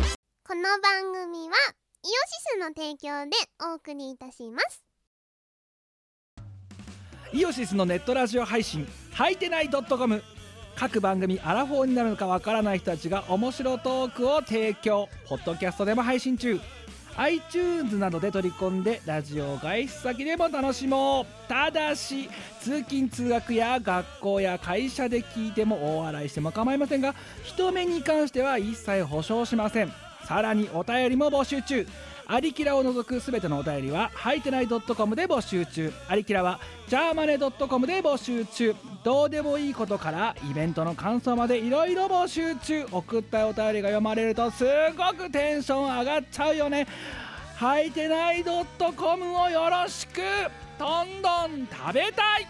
の番組はイオシスの提供でお送りいたしますイオシスのネットラジオ配信「はいてない .com」各番組アラフォーになるのかわからない人たちが面白トークを提供ポッドキャストでも配信中 iTunes などで取り込んでラジオ外出先でも楽しもうただし通勤通学や学校や会社で聞いても大笑いしても構いませんが人目に関しては一切保証しませんさらにお便りも募集中アリキラを除くすべてのお便りは、はいてない .com で募集中。アリキラは、ジャーマネ .com で募集中。どうでもいいことから、イベントの感想までいろいろ募集中。送ったお便りが読まれると、すごくテンション上がっちゃうよね。はいてない .com をよろしくどんどん食べたい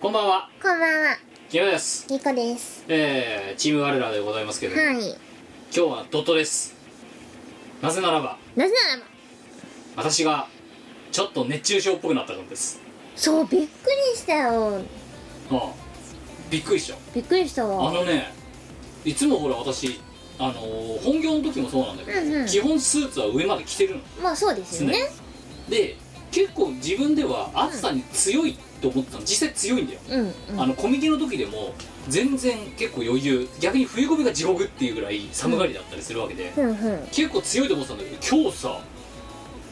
こんばんは、こんばんはキムです。リコですえー、チーム我らでございますけど、今はい日はドットです。なぜならば、なぜならば私が、ちょっと熱中症っぽくなったからです。そうびっくりしたようん。びっくりした。びっくりしたあわのね、いつもほら私、あのー本業の時もそうなんだけど、うんうん基本スーツは上まで着てるの。まあそうですよねで、結構自分では暑さに強いと思ってたの。実際強いんだよ。うんうんあのコミケの時でも全然結構余裕逆に冬込みが地獄っていうぐらい寒がりだったりするわけで、ふんふん結構強いと思ってたんだけど今日さ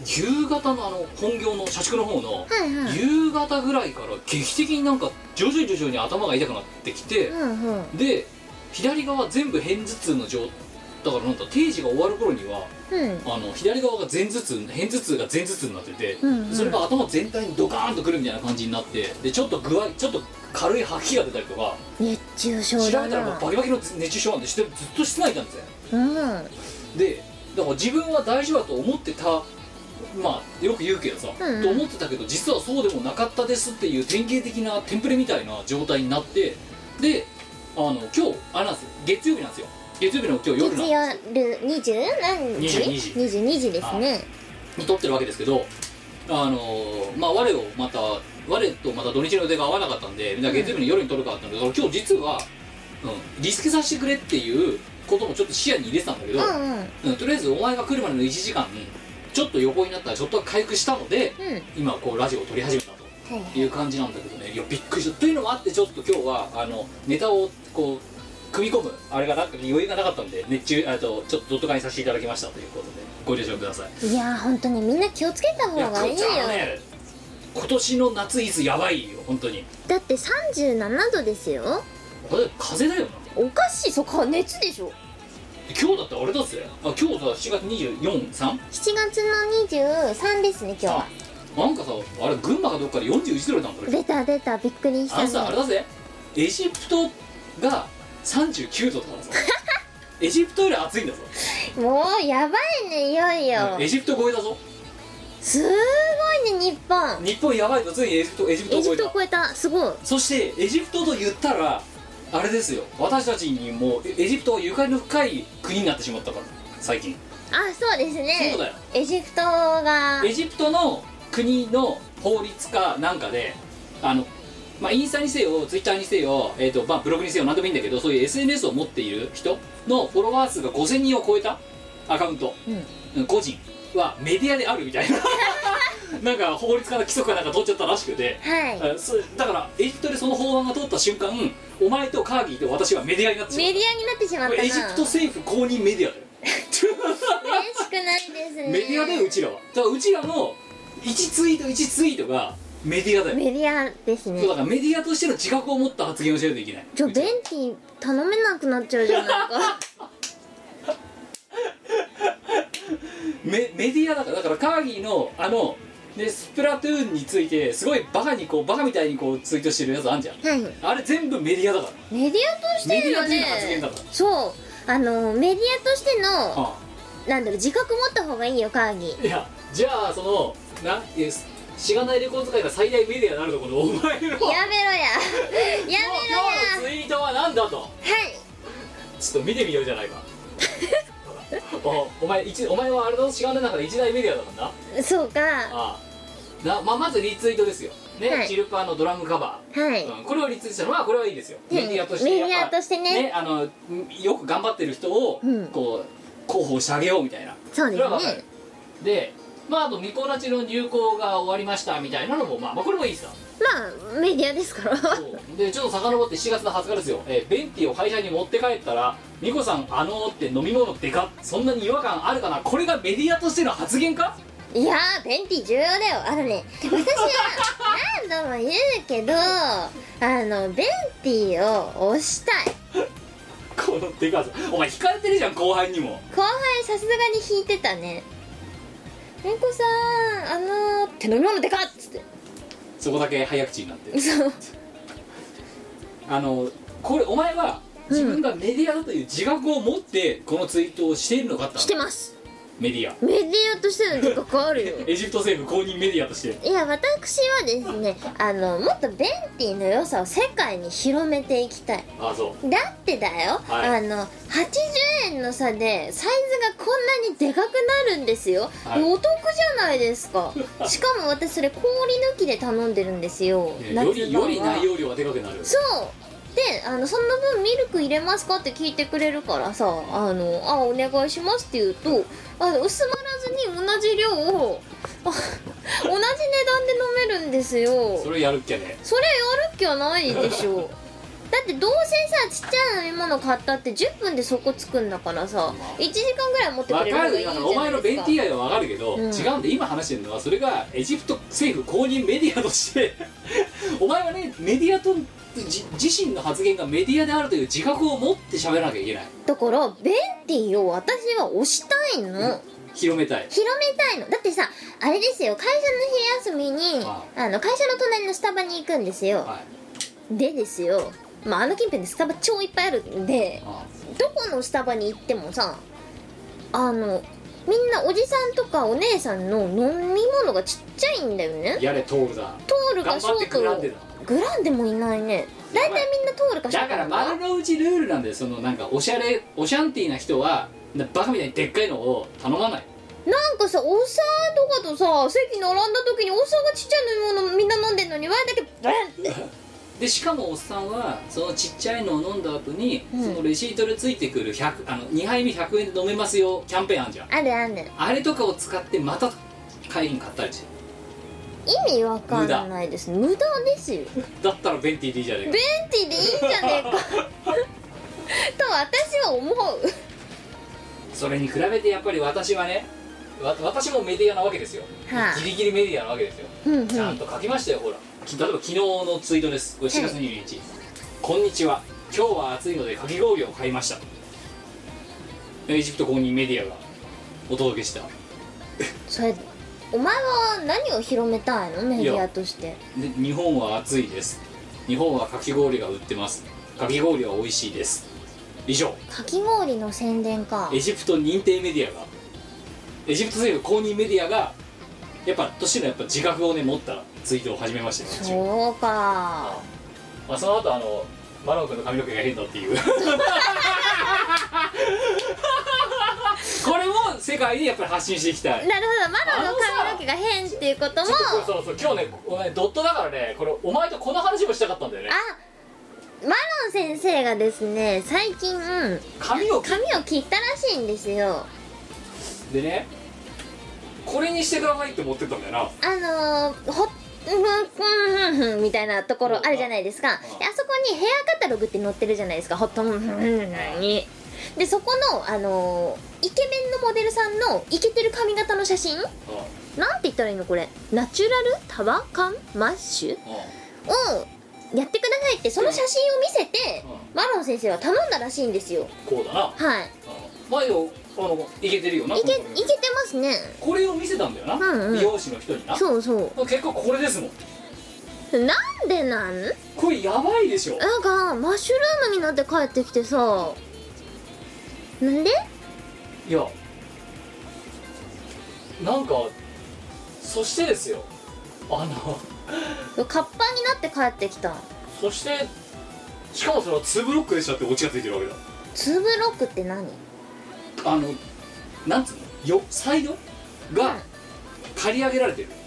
夕方のあの本業の社畜の方のはいはい夕方ぐらいから劇的になんか徐々に徐々に頭が痛くなってきてう、んうんで左側全部片頭痛の状だからなんだ定時が終わる頃にはうんあの左側が全頭痛片頭痛が全頭痛になってて、うんうんそれが頭全体にドカーンとくるみたいな感じになってでちょっと具合ちょっと軽い吐き気が出たりとか熱中症調だべたらもうなバキバキの熱中症なんでしてずっと室内なんですようんうんでだから自分は大丈夫だと思ってたまあよく言うけどさ、うんうんと思ってたけど実はそうでもなかったですっていう典型的なテンプレみたいな状態になってであの今日あれなんですよ月曜日なんですよ月曜日の今日月夜なん曜る二十何時22時二十二時ですねに撮ってるわけですけどあのーまあ我をまた我とまた土日の予定が合わなかったんでだから月曜日の夜に撮るかだったんだけど今日実は、うん、リスケさせてくれっていうこともちょっと視野に入れてたんだけど、うんうんうんとりあえずお前が来るまでの1時間ちょっと横になったらちょっと回復したのでうん今こうラジオを撮り始めたとはいはいいう感じなんだけどねいやびっくりしたというのもあってちょっと今日はあのネタをこう組み込むあれがなんか余裕がなかったんで熱中あとちょっとドットカにさせていただきましたということでご了承くださいいやー本当にみんな気をつけた方いやがいいよこっちはね今年の夏いつやばいよ本当にだって37度ですよこれ風邪だよなおかしいそこは熱でしょ今日だってあれだっすよあ今日さ7月 24?3? 7月の23ですね今日はなんかさあれ群馬かどっかで41度だったんだ出た出たびっくりしあのさたあれねだぜエジプトが39度と かだぞエジプトより暑いんだぞ、もうやばいねいよいよエジプト超えだぞすごいね日本日本やばいとついにエジプトエジプトエ超ジえプたト超えたすごいそしてエジプトと言ったらあれですよ私たちにもうエジプトはゆかりの深い国になってしまったから最近あそうですねそうだよエジプトがエジプトの国の法律かなんかであのまあ、インスタにせよツイッターにせよ、えーとまあ、ブログにせよ何でもいいんだけどそういう SNS を持っている人のフォロワー数が5000人を超えたアカウントうんうん個人はメディアであるみ たいななんか法律から規則かなんか取っちゃったらしくてはあそだからエジプトでその法案が通った瞬間お前とカーギーと私はメディアになっていしまメうディアになってしまっこたなれエジプト政府公認メディアだよ嬉しくないですねメディアだようちらはだからうちらの1ツイート1ツイートがメディアだよメディアですそうねだからメディアとしての自覚を持った発言をしないといけないじゃあベンティ頼めなくなっちゃうじゃ ないかメメディアだからだからカーギーのあのでスプラトゥーンについてすごいバカにこうバカみたいにこうツイートしてるやつあんじゃんはいあれ全部メディアだからメディアとしてのメディアとしての発言ねだからそうあのメディアとしてのあなんだろう自覚持った方がいいよ会議いやじゃあそのないやしがないレコード界が最大メディアになるとこのお前のやめ ろややめろや今日のツイートは何だとはいちょっと見てみようじ ゃないかおお前一お前はあれのしがない中で一大メディアだからなそうかああなまあまずリツイートですよね、はいチルパーのドラムカバはいー、うんこれをリツイートしたのはこれはいいですよメディアとしてメやっデぱィアとしてねねあのんよく頑張ってる人を、うんこう候補をしてあげようみたいなそうでれはわすかねるでまああとミコラチの入校が終わりましたみたいなのもまあ、まあ、これもいいさまあメディアですからそうでちょっと遡って7月の20日ですよ、えー便秘を会社に持って帰ったら「美子さんあのー」って飲み物でかっそんなに違和感あるかなこれがメディアとしての発言かいやーペンティ重要だよあのね私は何度も言うけ どあのベンティを押したいこのでかさお前引かれてるじゃん後輩にも後輩さすがに引いてたねめんこさんあのー、手飲み物でかっつってそこだけ早口になってるそうあのこれお前は自分がメディアだという自覚を持ってこのツイートをしているのかっ てしてますメディアメディアとしての自覚あるよエジプト政府公認メディアとしていや私はですねあのもっとベンティの良さを世界に広めていきたいああそうだってだよ、はいあの80円の差でサイズがこんなにでかくなるんですよ、はいお得じゃないです かしかも私それ氷抜きで頼んでるんですよねより場より内容量がでかくなるそうであのその分ミルク入れますかって聞いてくれるからさ「あのあお願いします」って言うとあの薄まらずに同じ量をあ同じ値段で飲めるんですよそれやるっきゃねそれやる気はないでしょだってどうせさちっちゃい飲み物買ったって10分でそこ着くんだからさ1時間ぐらい持ってくわれる方かがいるいじゃあないですのかお前のベンティアではわかるけど、うん違うんで今話してるのはそれがエジプト政府公認メディアとして お前はねメディアとじ自身の発言がメディアであるという自覚を持って喋らなきゃいけないだからベンティを私は押したいの、広めたい広めたいのだってさあれですよ会社の昼休みにはあの会社の隣のスタバに行くんですよはいでですよまああの近辺でスタバ超いっぱいあるんであどこのスタバに行ってもさあのみんなおじさんとかお姉さんの飲み物がちっちゃいんだよねやれトールだトールかショート頑張ってグランデだグランデもいないね大体みんなトールかショーだトからな丸んの内ルールなんでそのなんかおしゃれおシャンティーな人はなバカみたいにでっかいのを頼まないなんかさおさとかとさ席並んだ時におさがちっちゃい飲み物みんな飲んでんのにわだけブランってでしかもおっさんはそのちっちゃいのを飲んだ後に、うんそのレシートでついてくる100あの2杯目100円で飲めますよキャンペーンあんじゃんあるあるあれとかを使ってまた会員買ったりして意味わかんないです無駄ですよベンだったらベンティーでいいじゃねえかティでいいんじゃ ねえかと私は思うそれに比べてやっぱり私はねわ私もメディアなわけですよ、はあギリギリメディアなわけですよ、うんうんちゃんと書きましたよほらき例えば昨日のツイートですこれ4月22日、こんにちは今日は暑いのでかき氷を買いました」エジプト公認メディアがお届けしたそれお前は何を広めたいのメディアとしてで日本は暑いです日本はかき氷が売ってますかき氷は美味しいです以上かき氷の宣伝かエジプト認定メディアがエジプト政府公認メディアがやっぱとしてのやっぱ自覚をね持ったツイートを始めましたよ、そうかまあ、その後あのマロン君の髪の毛が変だっていうこれも世界でやっぱり発信していきたないるほどマロの髪の毛が変っていうこともそうそうそう今日ねお前ドットだからねこれお前とこの話もしたかったんだよねあマロン先生がですね最近髪を切髪を切ったらしいんですよでねこれにしてくださいって持ってったんだよなあのー、ほうんうんうんうんみたいなところあるじゃないですかであそこにヘアカタログって載ってるじゃないですかホットムンフンにでそこの、あのーイケメンのモデルさんのイケてる髪型の写真なんて言ったらいいのこれナチュラルタワカンマッシュをやってくださいってその写真を見せてうマロン先生は頼んだらしいんですよこうだなはい前をあのいけてるよないけいけてますねこれを見せたんだよな、うんうん美容師の人になそうそ結果これですもんうなんでなんこれやばいでしょなんかマッシュルームになって帰ってきてさなんでいやなんかそしてですよあのカッパになって帰ってきたそしてしかもそれは2ブロックでしたってオチがついてるわけだツーブロックって何あのなんつうのよサイドが刈り上げられてるなん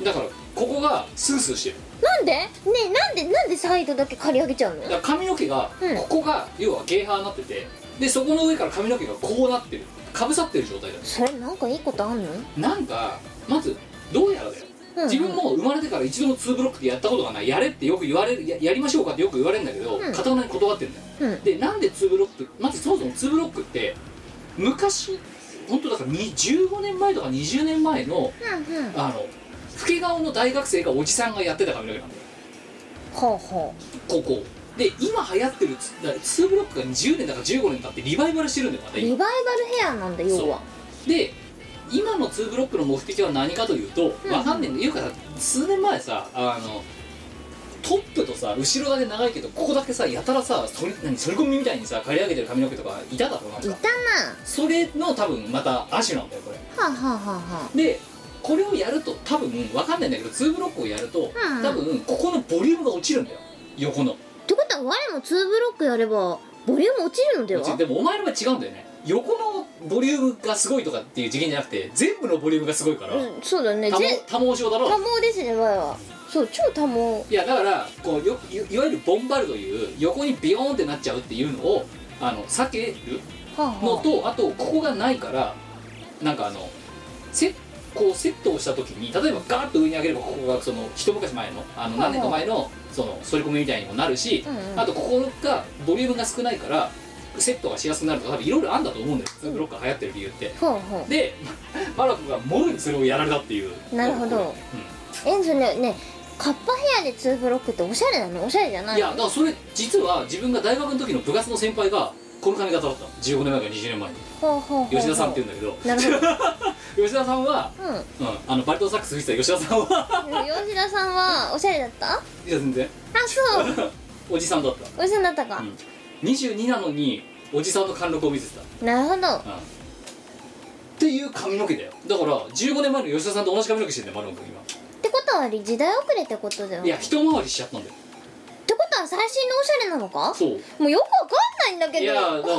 でだからここがスースーしてるなんでねえなんでなんでサイドだけ刈り上げちゃうのだから髪の毛がうんここが要はゲーハーになっててでそこの上から髪の毛がこうなってるかぶさってる状態だそれなんかいいことあんの、なんかまずどうやらだようん自分も生まれてから一度も2ブロックでやったことがないやれってよく言われるややりましょうかってよく言われるんだけどうんかたくなに断ってんだようんでなんで2ブロックまずそもそも2ブロックって昔本当だからに15年前とか20年前のうんうんあの老け顔の大学生がおじさんがやってた髪の毛なんだよほうほここで今流行ってるつだから2ブロックが10年だから15年経ってリバイバルしてるんだよまうたリバイ今バルヘアなんだ要はで今の2ブロックの目的は何かというとうんわかんねえんだ言うから数年前さあのトップとさ後ろだけ長いけどここだけさやたらさそり何反り込みみたいにさ刈り上げてる髪の毛とかいただろなんいたかなそれの多分また亜種なんだよこれはあ、はあはあはでこれをやると多分わかんないんだけど2ブロックをやるとうんうん多分ここのボリュームが落ちるんだよ横のあ、ってことは我も2ブロックやればボリューム落ちるのではでもお前の場合違うんだよね横のボリュームがすごいとかっていう次元じゃなくて全部のボリュームがすごいから、うんそうだね多ぜ毛多毛症だろ多毛ですね我はそう超多毛いやだからこうよいいわゆるボンバルという横にビヨーンってなっちゃうっていうのをあの避けるはあ、のはとあとここがないからなんかあのセこうセットをした時に例えばガーッと上に上げればここがその一昔前のあはいのはい何年か前のその反り込みみたいにもなるし、うんうんあとここがボリュームが少ないからセットがしやすくなるとか多分いろいろあんだと思うんだよ普通ブロッカー流行ってる理由って。あ、はあ、はで マラコがもろにそれをやられたっていうあ、なるほどえそれねカッパヘアで2ブロックっておしゃれなのおしゃれじゃないのいやだからそれ実は自分が大学の時の部活の先輩がこの髪型だったの15年前から20年前にほうほうほう吉田さんっていうんうだけどなるほど 吉田さんは、うんうん、あのバリトンサックス吹いてた吉田さんは 吉田さんはおしゃれだったあいや全然 そうおじさんだっおじさんだったかた、、22なのにおじさんの貫禄を見せてなるほどた、うん、っていう髪の毛だよだから15年前の吉田さんと同じ髪の毛してんだよ丸尾君今ってことは時代遅れってことだよいや一回りしちゃったんだよってことは最新のおしゃれなのかそうもうよくわかんないんだけいどやだから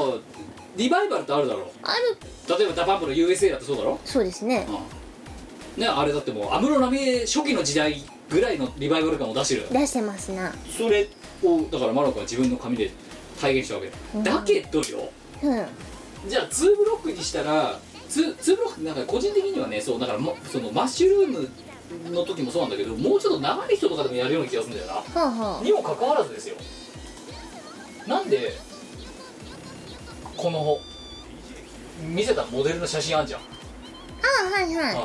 リバイバルってあるだろある例えばダパンプの USA だってそうだろそうですねうんねあれだってもう安室奈美恵初期の時代ぐらいのリバイバル感を出してるよ出してますなそれをだからマロコは自分の髪で体現したわけだ,、うんだけどようんじゃあ2ブロックにしたら 2, 2ブロックってなんか個人的にはねそうだからもそのマッシュルームの時もそうなんだけどもうちょっと長い人とかでもやるような気がするんだよなはあはにもかかわらずですよなんでこの見せたモデルの写真あんじゃんあはいはいうん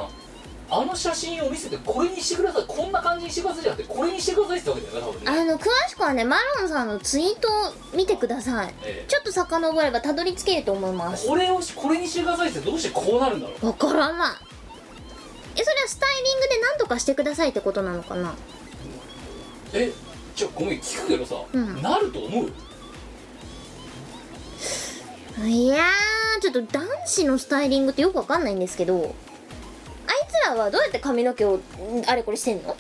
あの写真を見せてこれにしてくださいこんな感じにしてくださいじゃなくてこれにしてくださいってわけだよね多分ね、あの詳しくはねマロンさんのツイートを見てくださいえちょっと遡ればたどり着けると思いまえすこれをしこれにしてくださいってどうしてこうなるんだろうわからないえそれはスタイリングで何とかしてくださいってことなのかなえじゃあごめん聞くけどさ、うんなると思ういやーちょっと男子のスタイリングってよくわかんないんですけどあいつらはどうやって髪の毛をんあれこれしてんの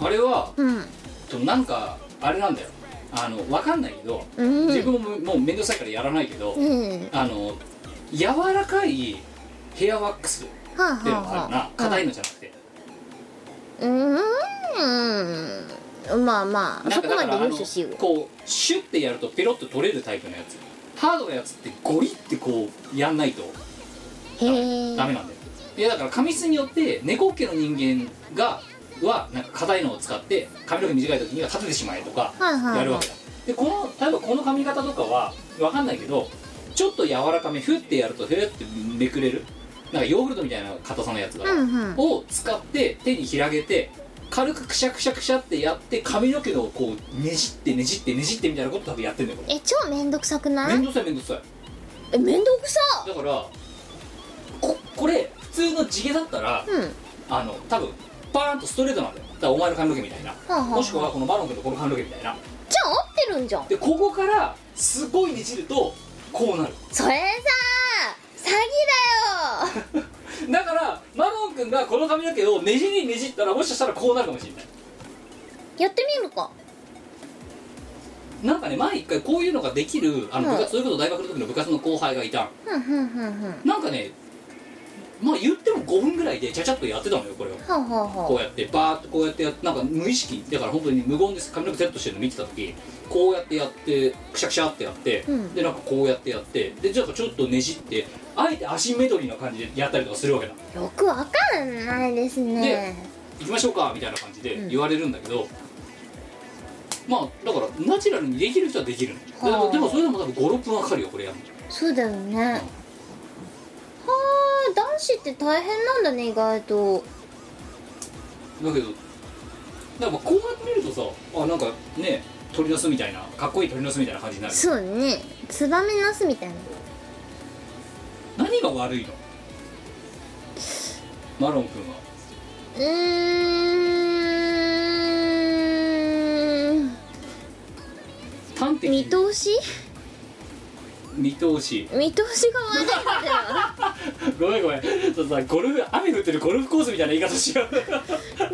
あれはうんとなんかあれなんだよあのわかんないけど、うん自分ももう面倒くさいからやらないけど、うんあの柔らかいヘアワックスっはあはていうのがあるあはなあ硬いのじゃなくて、うーんまあまあなそんかこだかまらであ入の手しようこうシュッてやるとペロッと取れるタイプのやつハードなやつってゴリってこうやんないとへえダメなんだよいやだから髪質によって猫系の人間がはなんか硬いのを使って髪の毛短い時には立ててしまえとかはいはいはいやるわけだでこの例えばこの髪型とかはわかんないけどちょっと柔らかめフッてやるとフュってめくれるなんかヨーグルトみたいな硬さのやつだから、うんうんを使って手に広げて軽くくしゃくしゃくしゃってやって髪の毛をこうねじってねじってねじってみたいなこと多分やってんだよこれえ超めんどくさくなめんいどくさいめんどくさいえめんどくさだからここれ普通の地毛だったらうんあの多分パーンとストレートなんだよだからお前の髪の毛みたいなあはあもしくはこのマロン君とこの髪の毛みたいなじゃあ合ってるんじゃんでここからすごいねじるとこうなるそれさ詐欺だ よだからマロン君がこの髪の毛をねじりねじったらもしかしたらこうなるかもしれないやってみるかなんかね前一回こういうのができるあの部うん活、そういうこと大学の時の部活の後輩がいたんふんふんふんふんなんかねまあ言っても5分ぐらいでちゃちゃっとやってたのよこれをほうほうこほうやってバーッとこうやってやってなんか無意識だから本当に無言です髪の毛セットしてるの見てた時こうやってやってくしゃくしゃってやって、うんでなんかこうやってやってでちょっとちょっとねじってあえてアシンメトリーな感じでやったりとかするわけだう「よくわかんないですね行きましょうか」みたいな感じでうん言われるんだけど、まあだからナチュラルにできる人はできるのではあでもそれでも多分56分はかかるよこれやるのそうだよねはあ男子って大変なんだね意外とだけどなんかこうやって見るとさあなんかね鳥の巣みたいなかっこいい鳥の巣みたいな感じになるそうねツバメの巣みたいな何が悪いのマロン君はうーん端的に見通し見通し見通しが悪いん だごめんごめんそうさゴルフ雨降ってるゴルフコースみたいな言い方しようよだってさ要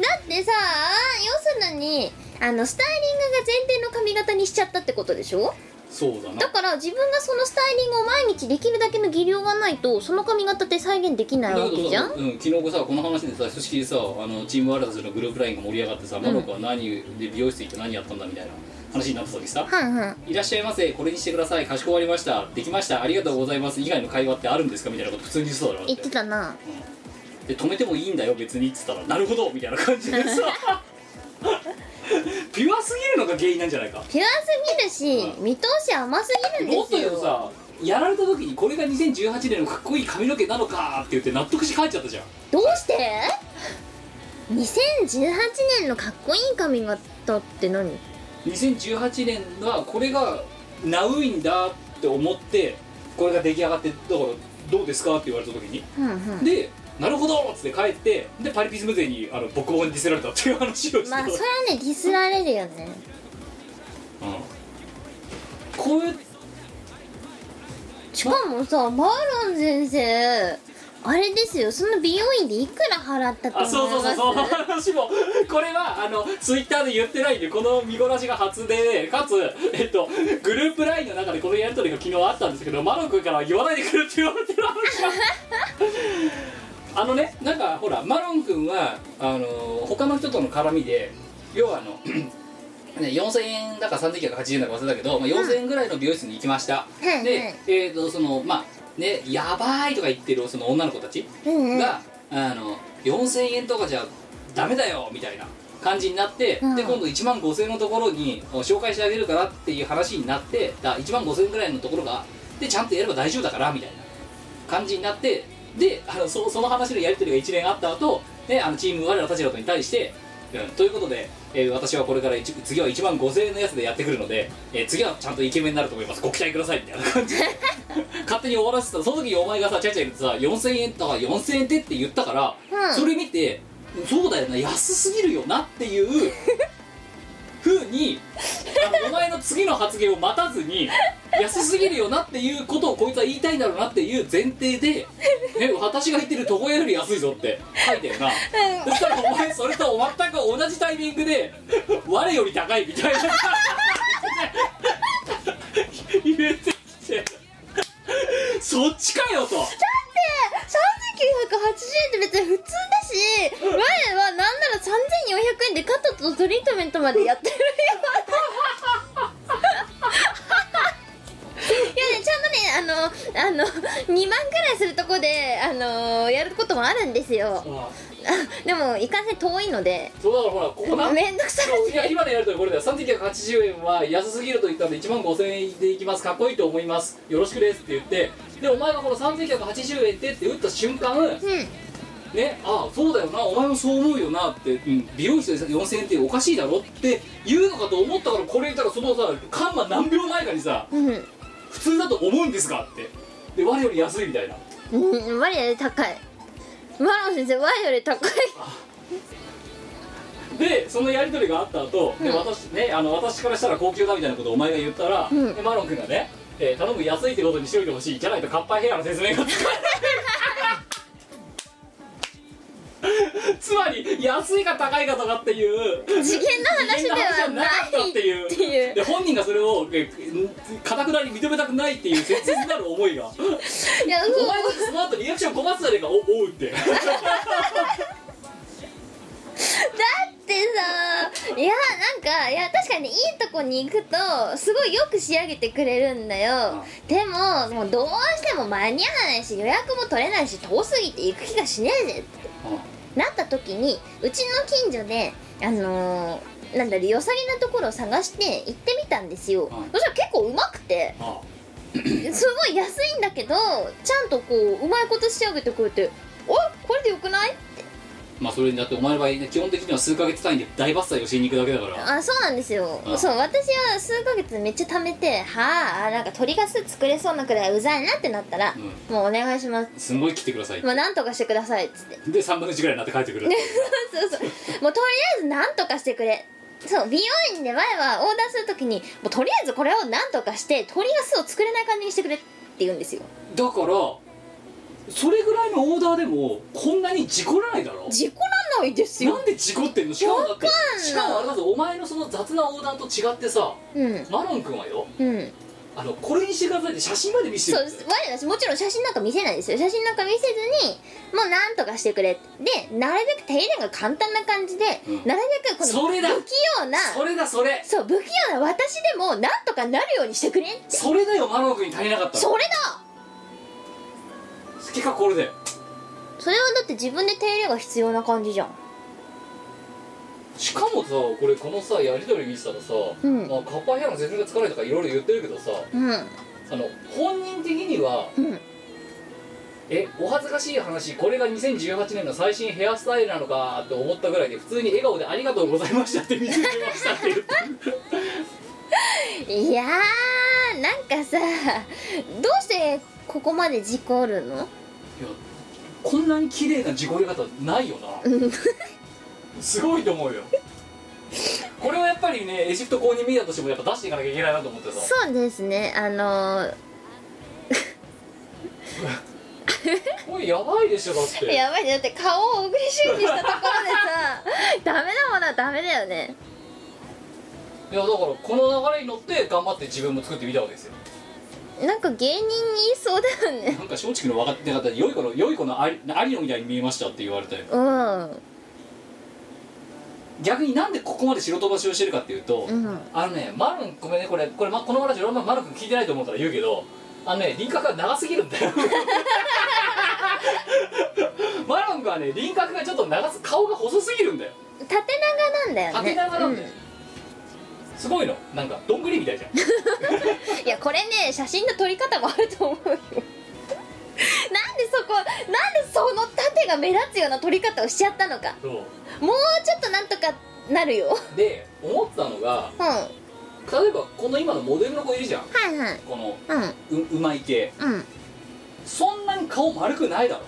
するにあのスタイリングが前提の髪型にしちゃったってことでしょそうだなだから自分がそのスタイリングを毎日できるだけの技量がないとその髪型って再現できないわだけけどじゃさんうん、昨日さこの話でさ組織でさあのチームワールドのグループラインが盛り上がってさ、マロン君は何で美容室行って何やったんだみたいな話になった時はさんはん「いらっしゃいませこれにしてくださいかしこまりましたできましたありがとうございます」以外の会話ってあるんですかみたいなこと普通に言ってただろだ言ってたなで止めてもいいんだよ別にっつったら「なるほど」みたいな感じでさ ピュアすぎるのが原因なんじゃないかピュアすぎるしう見通し甘すぎるんもっとです言うよとさやられた時にこれが2018年のかっこいい髪の毛なのかって言って納得して帰っちゃったじゃんどうして2018年のかっこいい髪型って何2018年はこれがナウいんだって思ってこれが出来上がってだからどうですかって言われた時にうんうんでなるほどっつって帰ってでパリピズム勢にあのボコボコにディスられたっていう話をしてまあたそれはねディスられるよねうんこういうしかもさマーロン先生あれですよその美容院でいくら払ったとあ思いますそうそうそうそう話もこれはあのツイッターで言ってないんでこの見殺しが初でかつえっとグループラインの中でこのやり取りが昨日あったんですけどマロン君からは言わないでくれって言われてる 話があのねなんかほらマロン君はあの他の人との絡みで要はあの ね、4000円だか3980円だか忘れたけど、まあ、4000円ぐらいの美容室に行きました、はいはいで、えっとそのまあねやばいとか言ってるその女の子たち、うんうんが、あの4000円とかじゃダメだよみたいな感じになって、うんで今度1万5000円のところにお紹介してあげるからっていう話になってだ1万5000円ぐらいのところがでちゃんとやれば大丈夫だからみたいな感じになってであのそその話のやり取りが1年あった後であのチーム我らたちのことに対して、うん、ということで、えー私はこれから一次は1万5000円のやつでやってくるので、えー次はちゃんとイケメンになると思いますご期待くださいみたいな感じで勝手に終わらせてたその時にお前がさちゃちゃ言ってさ4000円とか4000円でって言ったから、うんそれ見てそうだよな安すぎるよなっていう ふうにあのお前の次の発言を待たずに安すぎるよなっていうことをこいつは言いたいんだろうなっていう前 提で、ね、私が言ってる床屋より安いぞって書いたよなそしたらお前それと全く同じタイミングで我より高いみたいな 言えてきてそっちかよと3980円って別に普通だし前はなんなら3400円でカットとトリートメントまでやってるよいやねちゃんとねあのあの2万ぐらいするとこであのやることもあるんですよあでもいかんせん遠いのでそうだからほらここなめんどくさいいや今のやるとこれだよ3980円は安すぎると言ったんで1万5000円でいきますかっこいいと思いますよろしくですって言ってでお前がこの3980円でって打った瞬間うんねああそうだよなお前もそう思うよなって、うん、美容室でさ4000円っておかしいだろって言うのかと思ったからこれ言ったらそのさカンマ何秒前かにさうん普通だと思うんですかってで我より安いみたいなうん我より高いマロン先生我より高いでそのやり取りがあった後、でうん私ねあの私からしたら高級だみたいなことをお前が言ったら、うんでマロン君がね、えー頼む安いってことにしておいてほしいじゃないとカッパヘアの 説明がつかないつまり安安いか高いかとかっていう次元の話ではないっていうっていうで本人がそれをえかたくなに認めたくないっていう切実なる思いがいやうんお前だってその後リアクション困ってたじゃねえかおおうって だってさいやなんかいや確かにいいとこに行くとすごいよく仕上げてくれるんだよでももうどうしても間に合わないし予約も取れないし遠すぎて行く気がしねえぜってなった時にうちの近所であのーなんだろう良さげなところを探して行ってみたんですようんそしたら結構うまくて ああすごい安いんだけどちゃんとこううまいこと仕上げてくれて「おこれでよくない?」まあそれにだってお前の場合、ね、基本的には数ヶ月単位で大伐採をしに行くだけだからあそうなんですようんそう私は数ヶ月めっちゃ貯めてはあなんか鳥が巣作れそうなくらいうざいなってなったら、うもうお願いしますすんごい切ってくださいもうなんとかしてくださいっつって で3分の1ぐらいになって帰ってくるそうそうもうとりあえずなんとかしてくれそう美容院で前はオーダーするときにもうとりあえずこれをなんとかして鳥が巣を作れない感じにしてくれって言うんですよ だからそれぐらいのオーダーでもこんなに事故らないだろ事故らないですよなんで事故ってんのしかもだってないしかもあれだぞお前のその雑なオーダーと違ってさうんマロン君はようんあのこれにしてくださいって写真まで見せてそうるんでだすよ我々もちろん写真なんか見せないですよ写真なんか見せずにもうなんとかしてくれってでなるべく手入れが簡単な感じで、うんなるべくこのそれだ不器用なそれだそれそう不器用な私でもなんとかなるようにしてくれってそれだよマロン君に足りなかったのそれだ結果これだよそれはだって自分で手入れが必要な感じじゃんしかもさこれこのさやり取り見てたらさ、うんまあ、カッパーヘアの説明がつかないとかいろいろ言ってるけどさうんうんあの本人的にはえお恥ずかしい話これが2018年の最新ヘアスタイルなのかと思ったぐらいで普通に笑顔で「ありがとうございました」って見せてましたって 言っていやーなんかさどうしてここまで事故るのいやこんなに綺麗な自己入れ方ないよなうんすごいと思うよこれはやっぱりねエジプト公認メディアとしてもやっぱ出していかなきゃいけないなと思ってさそうですねあのこれやばいでしょだってー、やばいねだって顔を小栗旬にしたところでさ ダメなものはダメだよねいやだからこの流れに乗って頑張って自分も作ってみたわけですよなんか芸人に言いそうだよねなんか松竹の若手の方に良い子の良い子のありありのみたいに見えましたって言われてうん逆になんでここまで白飛ばしをしてるかっていうと、うんあのねマロンごめんねこれこれ、ま、この話俺もマロン君聞いてないと思うから言うけどあのね輪郭が長すぎるん だよマロン君はね輪郭がちょっと長す顔が細すぎるんだよ縦長なんだよね縦長なんだよ、うすごいのなんかどんぐりみたいじゃんんいやこれね写真の撮り方もあると思うよなんでそこなんでその縦が目立つような撮り方をしちゃったのかそもうちょっとなんとかなるようで思ったのがうんは例えばこの今のモデルの子いるじゃんいはいこのうんううまい系うんそんなに顔丸くないだろ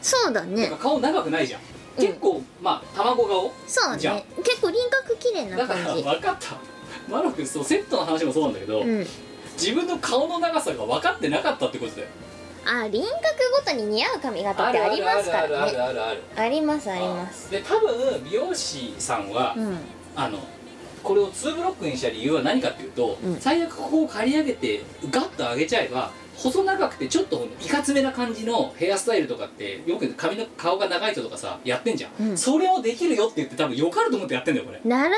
そうだてねか顔長くないじゃんうん結構、まあ卵顔そうじゃあね結構輪郭綺麗だなから感分じかったマロ君そうセットの話もそうなんだけど、うん自分の顔の長さが分かってなかったってことだよあ輪郭ごとに似合う髪型ってありますかるらあねるあるあるありますありますで多分美容師さんは、うんあのこれを2ブロックにした理由は何かっていうと、うん最悪ここを刈り上げてガッと上げちゃえば細長くてちょっといかつめな感じのヘアスタイルとかってよく髪の顔が長い人とかさやってんじゃん、うんそれをできるよって言って多分よかると思ってやってんだよこれ、なる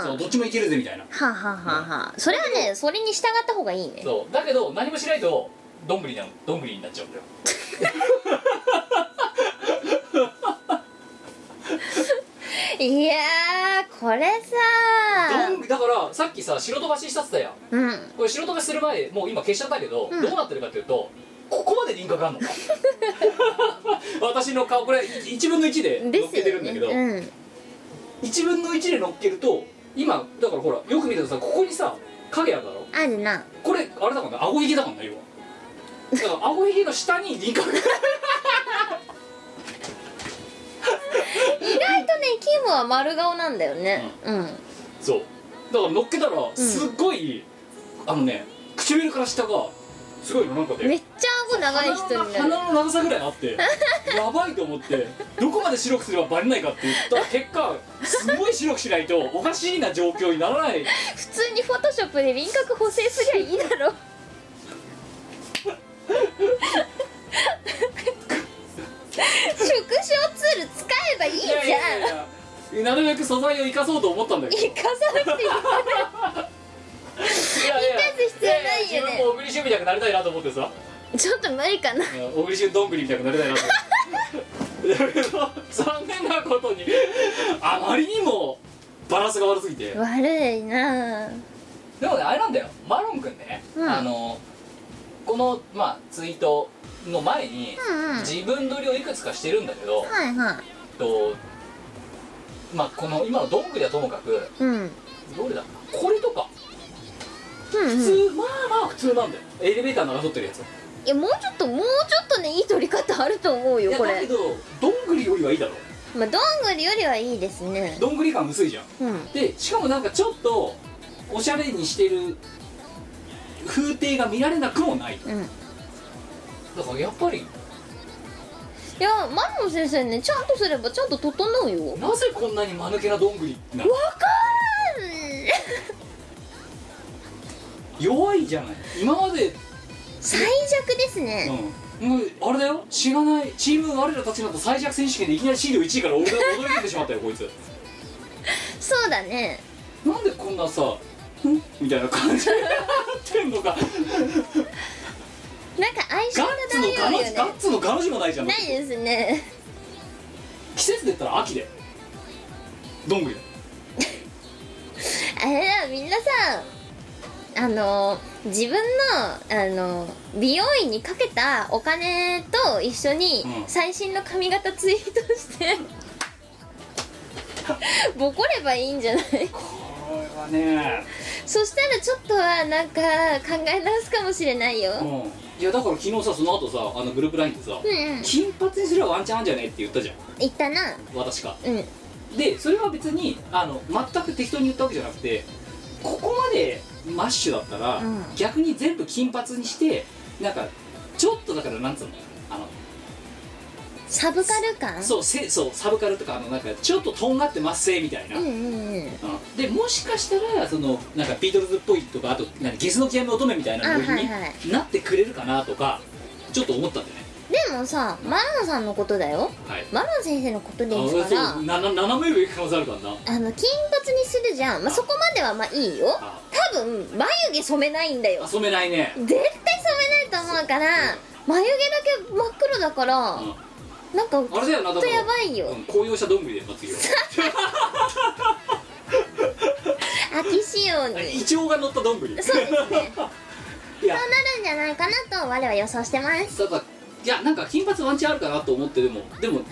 ほそどうどっちもいけるぜみたいなはあはあはあはあそれはねそれに従った方がいいねそうだけど何もしないとどんぐりなのどんぐりになっちゃうんだよいやーこれどんさぐりだからさっきさ白飛ばししたってたやんーうんこれ白飛ばしする前もう今消しちゃったけど、うんどうなってるかっていうとここまで輪郭 あんの私の顔これ1分の1で乗でっすけてるよんねだけど、うん1分の1で乗っけると今だからほらよく見るとさここにさ影あるだろあるなこれあれだからね顎ひげだからね要はだから顎ひげの下に輪郭が意外とねキムは丸顔なんだよねうんそうだから乗っけたらすっごい、あのね唇から下がすごいのなんかねめっちゃ顎長い人になる鼻の長さぐらいあって やばいと思ってどこまで白くすればバレないかって言った結果すごい白くしないとおかしいな状況にならない普通にフォトショップで輪郭補正すりゃいいだろ縮小ツール使えばいいじゃんいやいやいやなるべく素材を生かそうと思ったんだけど行かさなくていいいやいや生かす必要ないよねやや自分も小栗旬みたくなりたいなと思ってさちょっと無理かなうん小栗旬どんぐりみたくなりたいな と思ってだけど残念なことにあまりにもバランスが悪すぎて悪いなあでもねあれなんだよマロン君ね、うんあのこの、まあ、ツイートの前にうんうん自分撮りをいくつかしてるんだけど、はいはいとまあこの今のどんぐりはともかくうんどれだこれとかうん普うん通、まあまあ普通なんだよエレベーターの中撮ってるやついやもうちょっともうちょっとねいい撮り方あると思ういよやこだけれどどんぐりよりはいいだろまあどんぐりよりはいいですねどんぐり感薄いじゃんうんでしかもなんかちょっとおしゃれにしてる風景が見られなくもないとうんだからやっぱりいやマロン先生ねちゃんとすればちゃんと整うよわかなぜこんなに間抜けなどんぐりなのん弱いじゃない今まで最弱ですねうんもうあれだよ知らないチーム我らたちの最弱選手権でいきなりシード1位から俺が踊り出てしまったよこいつそうだねなんでこんなさんみたいな感じでやってんのかなんか相性ガがッツ大の事あガるのよねガッツのガの字もないじゃんないですね季節で言ったら秋でどんぐりだよあれだみんなさあの自分のあの美容院にかけたお金と一緒にうん最新の髪型ツイートして、ボコればいいんじゃないこれはねそしたらちょっとはなんか考え直すかもしれないよ、うんいやだから昨日さその後さあのグループラインでさうんうん金髪にすればワンチャンあんじゃねって言ったじゃん言ったな私かうんでそれは別にあの全く適当に言ったわけじゃなくてここまでマッシュだったら、うん逆に全部金髪にしてなんかちょっとだからなんつうのあのサブカル感そうせそうサブカルとかあのなんかちょっととんがってますせみたいな、うんうんうんうんでもしかしたらそのなんかビートルズっぽいとかあとなんかゲスの極み乙女みたいなあノリはいにはいなってくれるかなとかちょっと思ったんだよねでもさマロンさんのことだよはいマロン先生のことあですそかうらなな斜め上行く可能性あるからなあの金髪にするじゃん、まあ、そこまではまあいいよあ多分眉毛染めないんだよあ染めないね、絶対染めないと思うから眉毛だけ真っ黒だからうなんかん、あれだよなだちょっとやばいようん紅葉したどんぐりで祭りを秋仕様にイチョウが乗ったどんぐりそうですねいやそうなるんじゃないかなと我は予想してますただいやなんか金髪ワンチャンあるかなと思ってでもでもも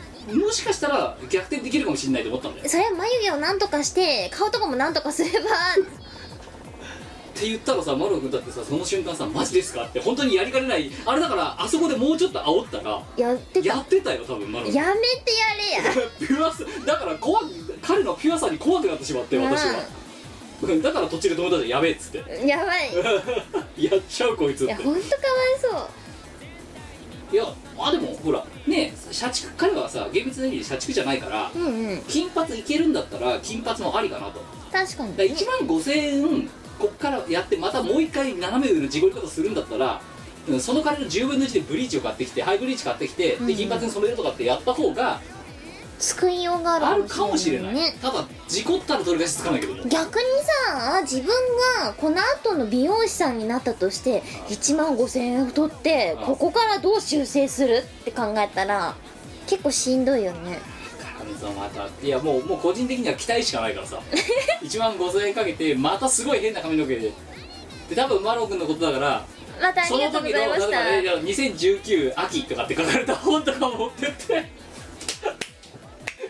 しかしたら逆転できるかもしれないと思ったんだよそれは眉毛をなんとかして顔とかもなんとかすれ ばって言ったらさマロン君だってさその瞬間さマジですかって本当にやりかねないあれだからあそこでもうちょっと煽ったらやってたややってたよ多分マロンめてやれやピュアさだから怖く彼のピュアさに怖くなってしまって私は、うんだから途中で止めたじゃんやべえっ つってやばいやっちゃうこいいつってやほんとかわいいやあでもほらね社畜彼はさ厳密な意味で社畜じゃないからそううんうん金髪いけるんだったら金髪もありかなとだか確かにら1万5000円こっからやってまたもう一回斜め上の地獄り方するんだったらうんその金の10分の1でブリーチを買ってきてハイブリーチ買ってきてうんうでん金髪に染めるとかってやった方が救いようがああるるかもしれないねただ事故ったら取り返しつかないけども逆にさあ自分がこの後の美容師さんになったとして1万5000円を取ってあここからどう修正するって考えたら結構しんどいよね神様またいやもうもう個人的には期待しかないか らさ1万5000円かけてまたすごい変な髪の毛でで多分マロン君のことだからまたあそりのがとうご時ざいのまだしかたらねいや2019秋とかって書かれた本とか持ってって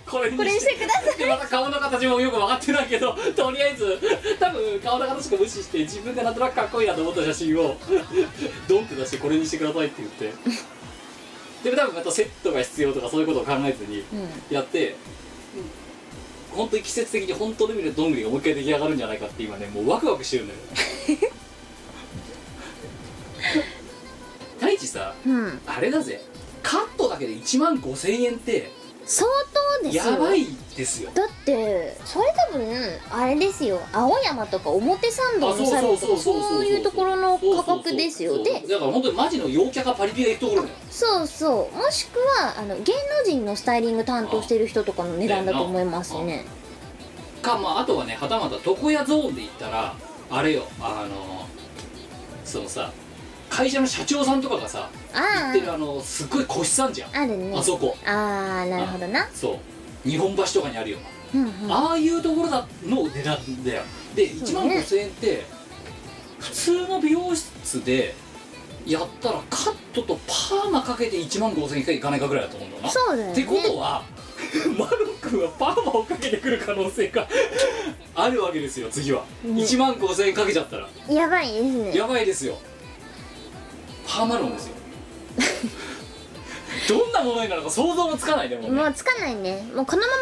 これにこれにしてくださいでまた顔の形もよく分かってないけどとりあえず多分顔の形しか無視して自分がなんとなくかっこいいなと思った写真をドンって出してこれにしてくださいって言ってでも多分またセットが必要とかそういうことを考えずにうんやって、本当に季節的に本当の意味でどんぐりがもう一回出来上がるんじゃないかって今ねもうワクワクしてるんだよ大地さうんあれだぜカットだけで1万5000円って相当ですよやばいですよだってそれ多分あれですよ青山とか表参道あのサロンとかそういうところのそうそう価そう格ですよそうでだから本当にマジの陽キャがパリピが行くところだよそうそうもしくはあの芸能人のスタイリング担当している人とかの値段だと思いますねかまああとはねはたまた床屋ゾーンで行ったらあれよあのそのさ会社の社長さんとかがさ行あってるあのすっごい個室さんじゃんああるねあそこああなるほどなそう日本橋とかにあるようなうんうんああいうところだの値段だよで1そう万ね5000円って普通の美容室でやったらカットとパーマかけて1万5000円かいかないかぐらいだと思うんだよなそうだよねってことは マロン君はパーマをかけてくる可能性が あるわけですよ次は、ね1万5000円かけちゃったらやばいですねやばいですよパーマロンで すよどんなものになるか想像もつかないでもうねもうつかないねもうこのまま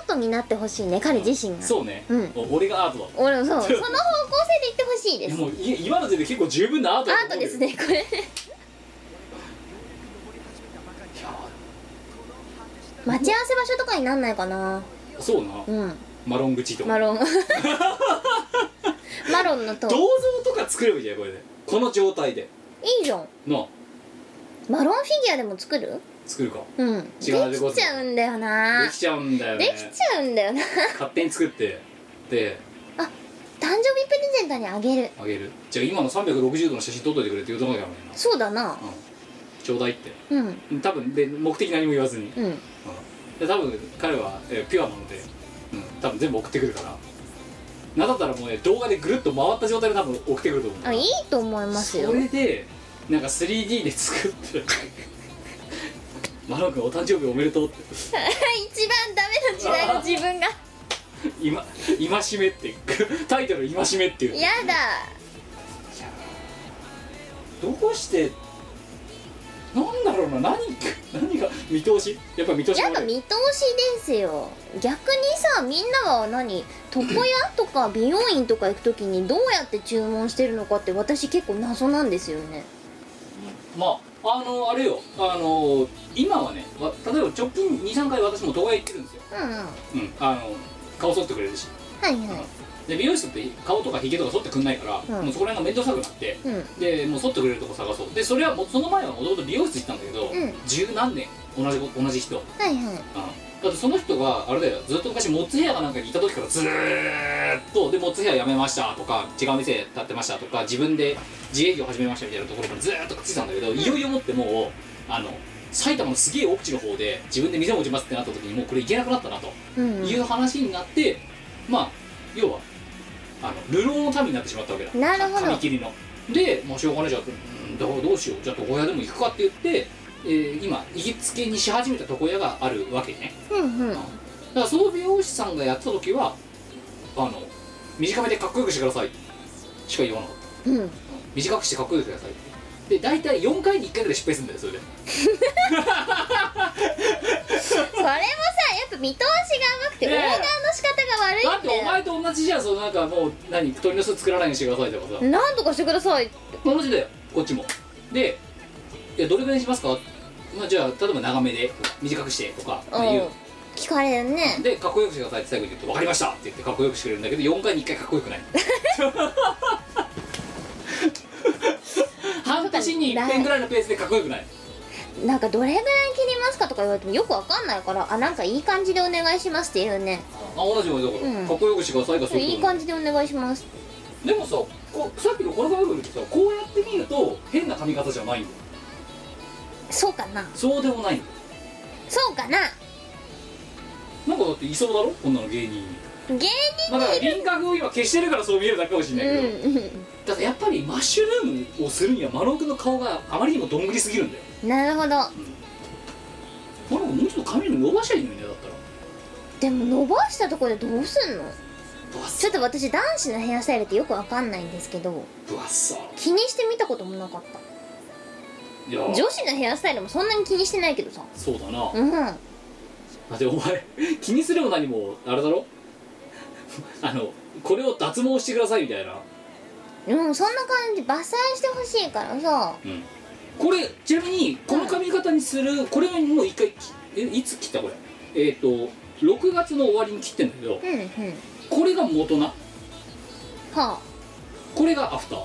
アートになってほしいね彼自身がそうね、うんお俺がアートだ俺もそうその方向性でいってほしいいでやすもうい今の時点で結構十分なアートだアーと思トうよですねこれいや待ち合わせ場所とかになんないかなそうな、うんマロン口とかマ ロンマロンの塔銅像とか作ればいいじゃんこれでこの状態でいいじゃんなマロンフィギュアでも作る作るかうんで違うでごきざちゃうんだよなできちゃうんだよねできちゃうんだよな勝手に作ってで誕生日プレゼントにあげるあげるじゃあ今の360度の写真撮っといてくれって言うとこだからねそうだなちょうだいってうん多分で目的何も言わずに、うんうんで多分彼は、えーピュアなので、うん、多分全部送ってくるからなんだったらもうね動画でぐるっと回った状態で多分送ってくると思うあいいと思いますよそれでなんか 3D で作って「マロン君お誕生日おめでとう」って 一番ダメな時代の自分が「今今しめ」ってタイトル「今しめ」っていうやだどうしてなんだろうな何何が見通しやっぱ見通しやがっあぱる見通しですよ逆にさみんなは何床屋とか美容院とか行く時にどうやって注文してるのかって私結構謎なんですよねまああのあれよあの今はねわ例えば直近23回私も動画行ってるんですよ、うんうんはうん、あの顔剃ってくれるしいはで美容室って顔とかひげとか剃ってくんないから、うんもうそこら辺が面倒くさくなっていうんでもう剃ってくれるとこ探そうでそれはもうその前はもともと美容室行ったんだけど、うん十何年同じこと同じ人、うん、はいはいだってその人があれだよずっと昔モッツヘアかなんかにいた時からずーっとでモッツヘアやめましたとか違う店立ってましたとか自分で自営業始めましたみたいなところからずーっとくっついてたんだけどいよいよもってもうあの埼玉のすげえ奥地の方で自分で店持ちますってなった時にもうこれ行けなくなったなとうんうんいう話になって、まあ要はあの流浪の民になってしまったわけだなるほど紙切りのでもうしょうがないじゃんうんどうどうしようじゃあ床屋でも行くかって言って、えー今行きつけにし始めた床屋があるわけねうんうんだからその美容師さんがやってた時はあの短めでかっこよくしてくださいしか言わなかったうん短くしてかっこよくしてくださいで大体4回に1回ぐらい失敗するんだよそれでそれもさやっぱ見通しが甘くてオねえーダーの仕方がだ悪いっんてだおよ前と同じじゃんそのなんかもう何鳥の巣作らないようにしてくださいとかさなんとかしてください同じだよこっちもでいやどれぐらいにしますか、まあ、じゃあ例えば長めで短くしてとかうん言う聞かれるねでかっこよくしてくださいって最後に言うと「分かりました」って言ってかっこよくしてくれるんだけど4回に1回かっこよくない半年に1遍ぐらいのペースでかっこよくないなんかどれぐらい切りますかとか言われてもよくわかんないからあなんかいい感じでお願いしますって言うねあ同じもんだから、うんかっこよくしてくださいがそういういいこと感じでお願いしますでもさこさっきのこのバイブルってさこうやって見ると変な髪型じゃないんだよそうかなそうでもないんだよそうかななんかだっていそうだろこんなの芸人に芸人まあだから輪郭を今消してるからそう見えるだけかもしれないけど、うんただやっぱりマッシュルームをするにはマロン君の顔があまりにもどんぐりすぎるんだようんなるほどマロン君もうちょっと髪の毛伸ばしゃいいのにねだったらでも伸ばしたところでどうすんのぶわっちさょっと私男子のヘアスタイルってよくわかんないんですけどぶわっさ気にしてみたこともなかったいや女子のヘアスタイルもそんなに気にしてないけどさそうだなうんあだってお前気にするも何もあれだろ あのこれを脱毛してくださいみたいなうんそんな感じ伐採してほしいからさうんこれちなみにこの髪型にするこれはもう一回きえいつ切ったこれえっ、と6月の終わりに切ってんだけどうんうんこれが元なはこれがアフター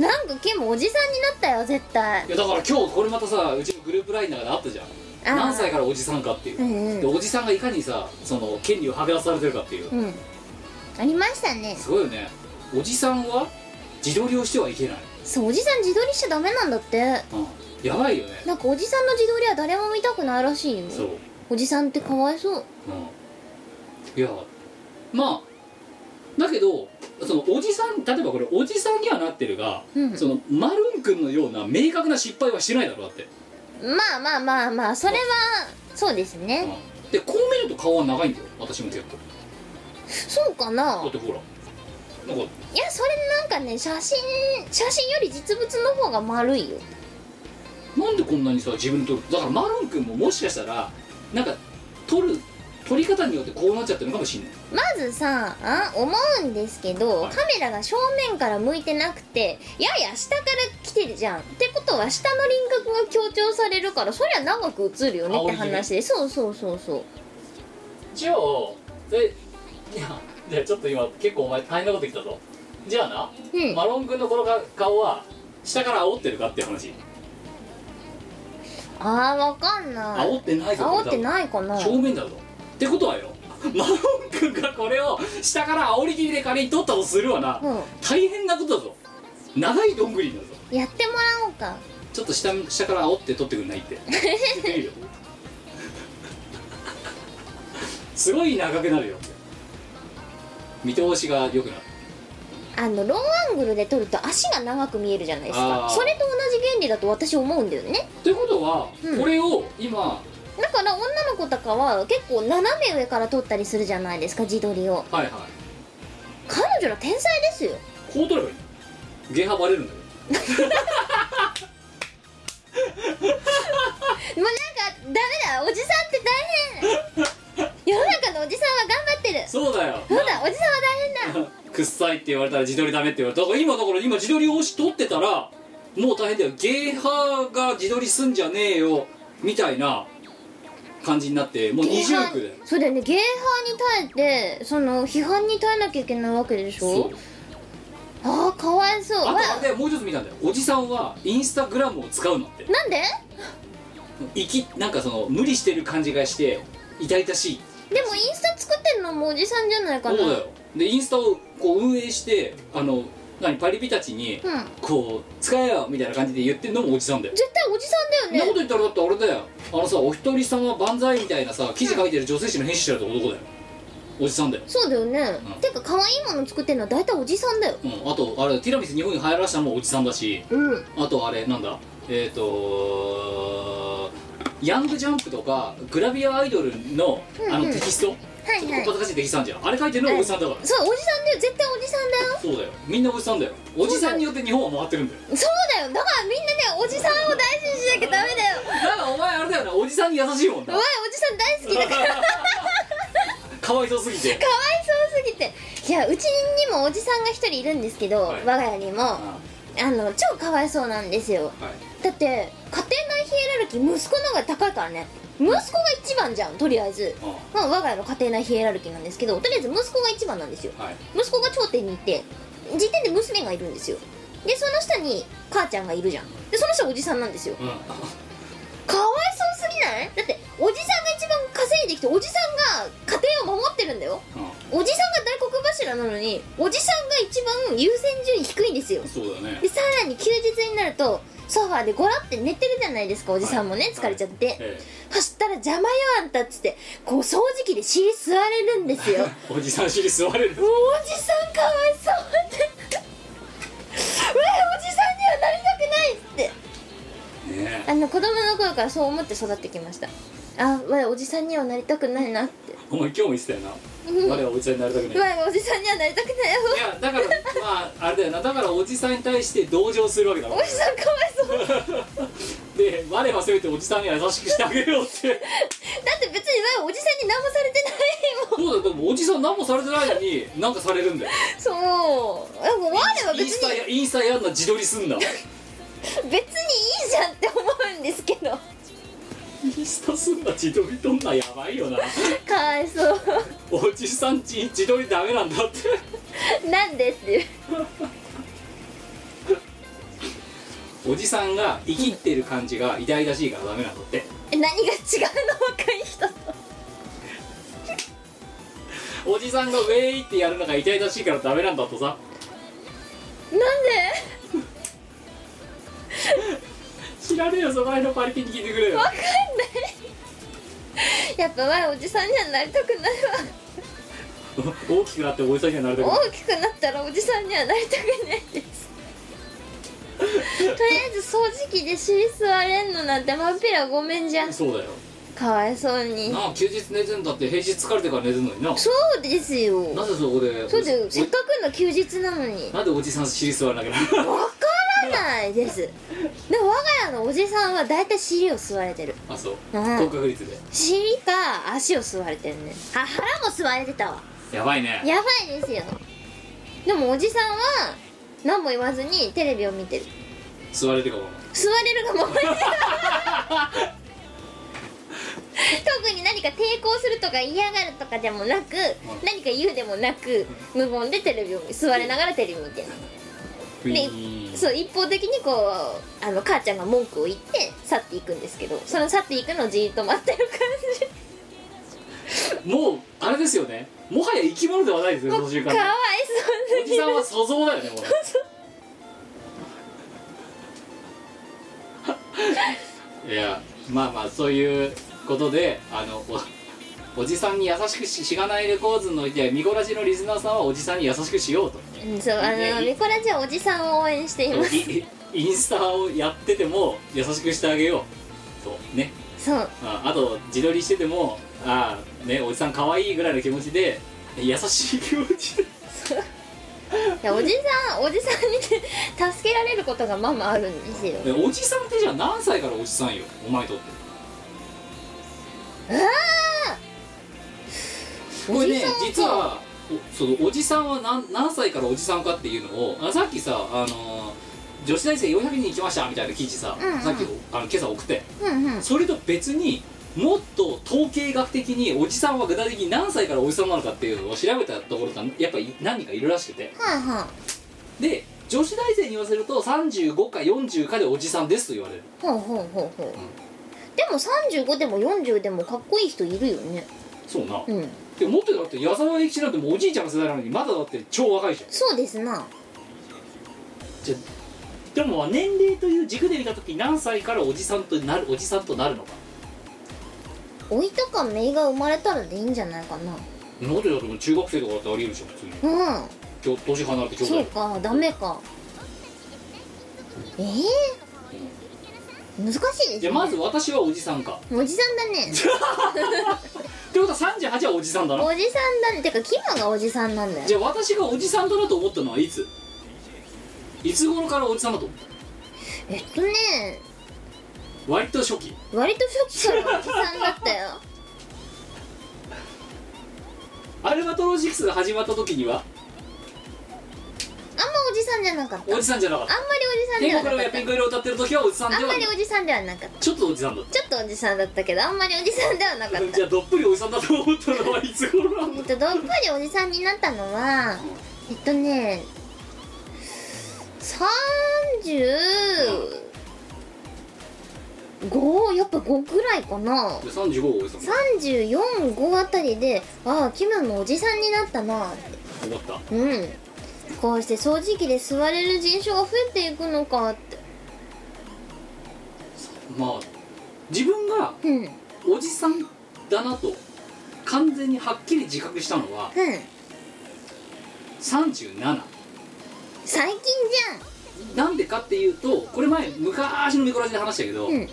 あなんかケンもおじさんになったよ絶対いやだから今日これまたさうちのグループラインの中であったじゃんあー何歳からおじさんかっていう、うんでうんおじさんがいかにさその権利を剥奪されてるかっていう、うんありましたねすごいよねおじさんは自撮りをしてはいけない、そうおじさん自撮りしちゃダメなんだってうん、やばいよねなんかおじさんの自撮りは誰も見たくないらしいよそうおじさんってかわいそううんいやまあだけどそのおじさん例えばこれおじさんにはなってるが、うんそのマルーン君のような明確な失敗はしてないだろだって、まあまあまあまあそれはそうですうんねでこう見ると顔は長いんだよ私も結構そうかなだってほらなんかいやそれなんかね写真写真より実物の方が丸いよなんでこんなにさ自分で撮るだからマルーン君ももしかしたらなんか撮る撮り方によってこうなっちゃってるのかもしんないまずさあ思うんですけど、はいカメラが正面から向いてなくてやや下から来てるじゃんってことは下の輪郭が強調されるからそりゃ長く映るよねって話でそうそうそうそうじゃあえいやいやちょっと今結構お前大変なこと言ったぞじゃあな、うんマロン君のこのか顔は下から煽ってるかっていう話あーわかんない煽ってないぞこれ煽ってないかな多分正面だぞってことはよマルーン君がこれを下から煽り気味で仮に撮ったとするわな、うん大変なことだぞ長いどんぐりだぞやってもらおうかちょっと下下から煽って撮ってくんないっていいよすごい長くなるよ見通しが良くなるあのローアングルで撮ると足が長く見えるじゃないですかあーそれと同じ原理だと私思うんだよねということは、うんこれを今だから女の子とかは結構斜め上から撮ったりするじゃないですか自撮りをはいはい彼女ら天才ですよこう取ればいいのゲハバレるんだよもうなんかダメだおじさんって大変世の中のおじさんは頑張ってるそうだよそうだおじさんは大変だくっさいって言われたら自撮りダメって言われただから今だから今自撮りをし撮ってたらもう大変だよゲハが自撮りすんじゃねえよみたいな感じになってもう二重苦だよゲーハーそうだよねゲーハーに耐えてその批判に耐えなきゃいけないわけでしそょうあーかわいそうあわとあれもう一つ見たんだよおじさんはインスタグラムを使うのってなんでいきなんかその無理してる感じがして痛々しいでもインスタ作ってるのもおじさんじゃないかそなうだよでインスタをこう運営してあの何パリピたちにうんこう使えよみたいな感じで言ってるのもおじさんだよ絶対おじさんそだんよなこねと言ったらだってあれだよあのさお一人様万歳みたいなさ記事書いてる女性誌の編集者だと男だよおじさんだよそうだよね、うんてか可愛いもの作ってるのは大体おじさんだようんあとあれティラミス日本に流行らしたのもおじさんだしうんあとあれなんだえっ、とヤングジャンプとかグラビアアイドルのあのうんうんテキスト、はいはいちょっと小賢しいテキストあんじゃんあれ書いてるのおじさんだから、そうおじさんだよ絶対おじさんだよそうだよみんなおじさんだよおじさんによって日本は回ってるんだよそうだよだからみんなねおじさんを大事にしなきゃダメだよだからお前あれだよなおじさんに優しいもんおな前おじさん大好き だからかわいかわいそうすぎてそうすぎていやうちにもおじさんが一人いるんですけど、はい我が家にもああの超かわいそうなんですよはいだって家庭内ヒエラルキー息子の方が高いからね息子が一番じゃんとりあえずあまあ、我が家の家庭内ヒエラルキーなんですけどとりあえず息子が一番なんですよはい息子が頂点にいて時点で娘がいるんですよでその下に母ちゃんがいるじゃんでその下おじさんなんですようんかわいそうすぎないだっておじさんが一番稼いできておじさんが家庭を守ってるんだようおじさんが大黒柱なのにおじさんが一番優先順位低いんですよんそうだねでさらに休日になるとソファーでゴラって寝てるじゃないですかおじさんもね疲れちゃって、えそしたら邪魔よあんたっつってこう掃除機で尻吸われるんです よもうえおじさん尻吸われるおじさんかわいそうってうわおじさんにはなりたくないっつってねえあの子供の頃からそう思って育ってきましたあわおじさんにはなりたくないなってお前今日も言ってたよなうん我はおじさんになりたくないわおじさんにはなりたくないいやだからまああれだよなだからおじさんに対して同情するわけだおじさんかわいそうだで我はせめておじさんには優しくしてあげようってって別にわおじさんに何もされてないもんそうだよでもおじさん何もされてないのに何かされるんだよそうわはイン別スタにやインスタやんな自撮りすんな別にいいじゃんって思うんですけどインスタすんな自撮り撮んなやばいよなかわいそうおじさんち自撮りダメなんだってなんでっていうおじさんが生きってる感じが偉大らしいからダメなんだって何が違うの若い人とおじさんがウェイってやるのが偉大らしいからダメなんだとさなんで知らねえよそこら辺のパリピに聞いてくれよわかんないやっぱわいおじさんにはなりたくない大きくなっておじさんにはなるだけわ大きくなったらおじさんにはなりたくないですとりあえず掃除機で尻座れんのなんてまっぴらごめんじゃんそうだよかわいそうになあ休日寝てんだって平日疲れてから寝てんのにななぜそうですよそこでそうだよせっかくのお休日なのになんでおじさん尻座らなきゃな らわからないですでも我が家のおじさんは大体尻を吸われてるあそううん高確率で尻か足を吸われてるねあ腹も吸われてたわやばいねやばいですよでもおじさんは何も言わずにテレビを見てる座れる かも吸われるがままに特に何か抵抗するとか嫌がるとかでもなく何か言うでもなく無言でテレビを見吸われながらテレビ見てるウィーンでそう一方的にこうあの母ちゃんが文句を言って去っていくんですけどその去っていくのをじーっと待ってる感もうあれですよねもはや生き物ではないですよじその瞬間かねわいそうおじさんは素像だよねもうね いやまあまあそういうことであのおおじさんに優しくししがないレコーズのいて見こらしのリスナーさんはおじさんに優しくしようとうんそうあのミコラジはおじさんを応援していますい インスタをやってても優しくしてあげようとねそうああと自撮りしててもああねおじさん可愛いぐらいの気持ちで優しい気持ちで いやおじさんおじさんにて助けられることがまあまああるんですよでおじさんってじゃあ何歳からおじさんよお前にとってこれねおじさんか実はおそのおじさんは何何歳からおじさんかっていうのをあさっきさあのー女子大生400人行きましたみたいな記事さ、うんうんさっきあの今朝送ってうんうんそれと別にもっと統計学的におじさんは具体的に何歳からおじさんなのかっていうのを調べたところがやっぱり何人かいるらしくてはんはんで女子大生に言わせると35か40かでおじさんですと言われるほうほうほうほうでも35でも40でもかっこいい人いるよねそうな、うんでももっとだって矢沢永吉なんてもうおじいちゃんの世代なのにまだだって超若いじゃんそうですなじゃでも年齢という軸で見た時何歳からおじさんとなるおじさんとなるのか老いとか姪が生まれたらでいいんじゃないかななんでだって中学生とかだってありえるでしょ普通にうんきょ年離れて兄そう弟かダメかええ難しいですじゃねあまず私はおじさんかおじさんだね ってことは38はおじさんだなおじさんだねてかキマがおじさんなんだよじゃあ私がおじさんだなと思ったのはいついつ頃からおじさんだと思っえっとねた割と初期割と初期からおじさんだったよアルバトロジックスが始まった時にはあんまおじさんじゃなかったあんまりおじさんじゃなかっおたじさんではな天国からかがったピンク色を歌ってる時はおじさんあでんはまりおじさんではなかったちょっとおじさんだったちょっとおじさんだったけどあんまりおじさんではなかったじゃあどっぷりおじさんだと思ったのはいつ頃なんえだ っとどっぷりおじさんになったのはえっとね35やっぱ5くらいかな35はおじさんだ345あたりでああキムのおじさんになったなって思ったうんこうして掃除機で吸われる人種が増えていくのかってまあ自分がうんうんおじさんだなと完全にはっきり自覚したのは37最近なんでかっていうとこれ前昔のミコラジで話したけど、うん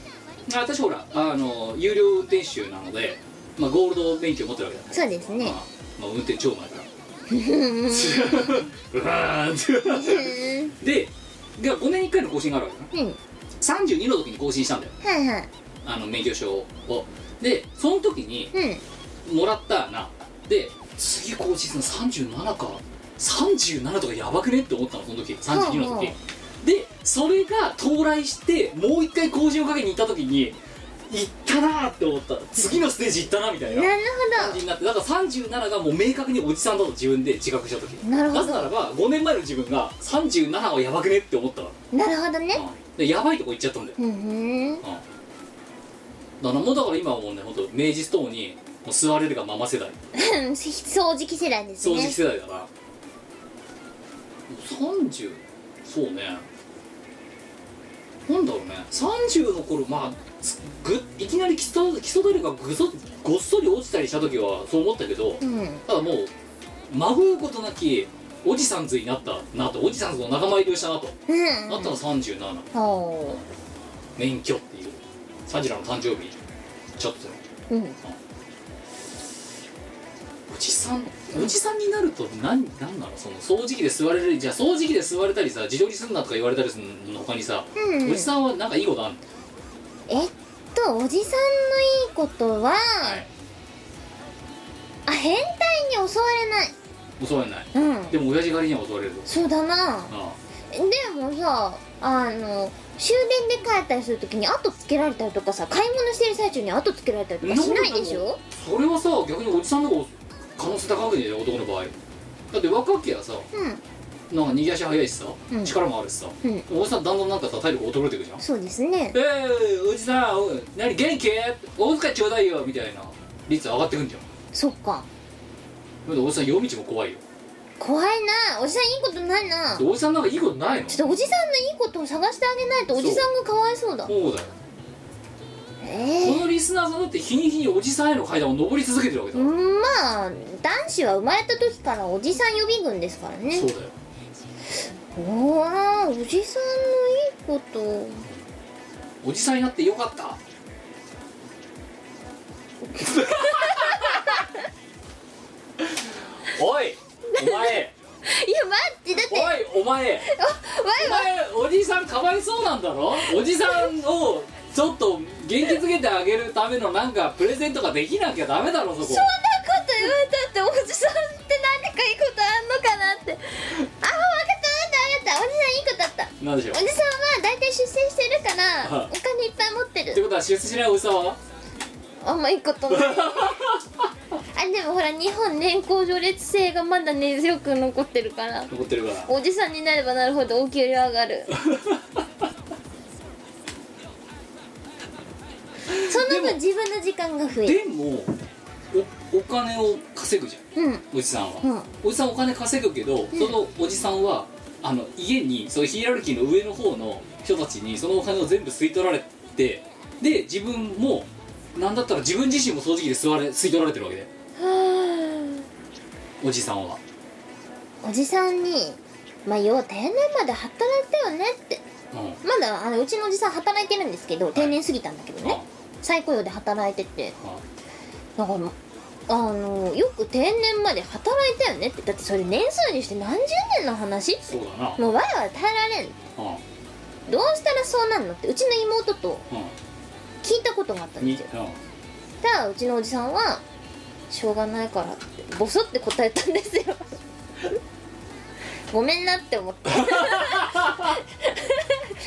あ私ほらあの有料運転手なので、まあ、ゴールド免許持ってるわけだじゃんそうですねまあまあ、運転超前からうんうわうーんっんてでが5年1回の更新があるわけだなうん32の時に更新したんだよはいはいあの免許証をでその時にうんもらったなで次更新するの37か37とかやばくねって思ったのその時32のほう時ほでそれが到来してもう一回更新をかけに行った時に行ったなーって思った次のステージ行ったなみたいななる感じになってだから37がもう明確におじさんだと自分で自覚した時ほどなるほなぜならば5年前の自分が37はやばくねって思ったわどなるほどねでやばいとこ行っちゃったんだようんうんだからもうだから今はもうね本当明治ストーンにもう座れるがまま世代 掃除機世代です掃除ね機世代だから30そうねなんだろうね30の頃まあつぐいきなり基礎基礎努力がぐそごっそり落ちたりした時はそう思ったけどうんただもうまごうことなきおじさんずになったなとおじさんずの仲間入りをしたなとうんなったの37ほ免許っていう37の誕生日ちょっとううんおじさんおじさんになると何何なのその掃除機で座れるじゃあ掃除機で座れたりさ自撮りすんなとか言われたりするの他にさ、うんおじさんはなんかいいことあんの、えっとおじさんのいいことは、あ変態に襲われない襲われないうんでも親父狩りには襲われるそうだなあでもさあの終電で帰ったりするときに後つけられたりとかさ買い物してる最中に後つけられたりとかしないでしょそれはさ逆におじさんの方が可能性高くねえじゃん男の場合だって若きはさうんなんか逃げ足早いしさ、うん力もあるしさ、うんおじさんだんだんなんかさ体力衰えていくじゃんそうですねえー、おじさんおい何元気お小遣いちょうだいよみたいな率上がってくんじゃんそっかだっておじさん夜道も怖いよ怖いなおじさんいいことないなでおじさんなんかいいことないのちょっとおじさんのいいことを探してあげないとおじさんがかわいそうだそうだよえこえのリスナーさんだって日に日におじさんへの階段を上り続けてるわけうだ、んまあ男子は生まれた時からおじさん予備軍ですからねそうだよおおおじさんのいいことおじさんになってよかったおいお前いや待ってだってわいおいお前おわい前おじさんかわいそうなんだろおじさんをちょっと元気づけてあげるためのなんかプレゼントができなきゃダメだろそこそんなこと言われたっておじさんって何かいいことあんのかなってあ分かった分かった分かったおじさんいいことあったなんでしょうおじさんは大体出世してるからはいお金いっぱい持ってってることは出世しないおじさん はあんまいいことない あでもほら日本年功序列性がまだ根強く残ってるから残ってるからおじさんになればなるほどお給料上がるその分自分の時間が増えるでもおお金を稼ぐじゃんうんおじさんは、うんおじさんお金稼ぐけど、そのおじさんはあの家にそういうヒエラルキーの上の方の人たちにそのお金を全部吸い取られてで自分もなんだったら自分自身も掃除機で吸われ吸い取られてるわけではおじさんはあおじさんに「まあよう定年まで働いたよね」ってうんまだあのうちのおじさん働いてるんですけど定年過ぎたんだけどね再雇用で働いててだからあのよく定年まで働いたよねってだってそれ年数にして何十年の話そうだなもうわいわい耐えられんうどうしたらそうなんのってうちの妹とんうん聞いたことがあったんにですよただうちのおじさんは「しょうがないから」ってボソって答えたんですよごめんなって思 って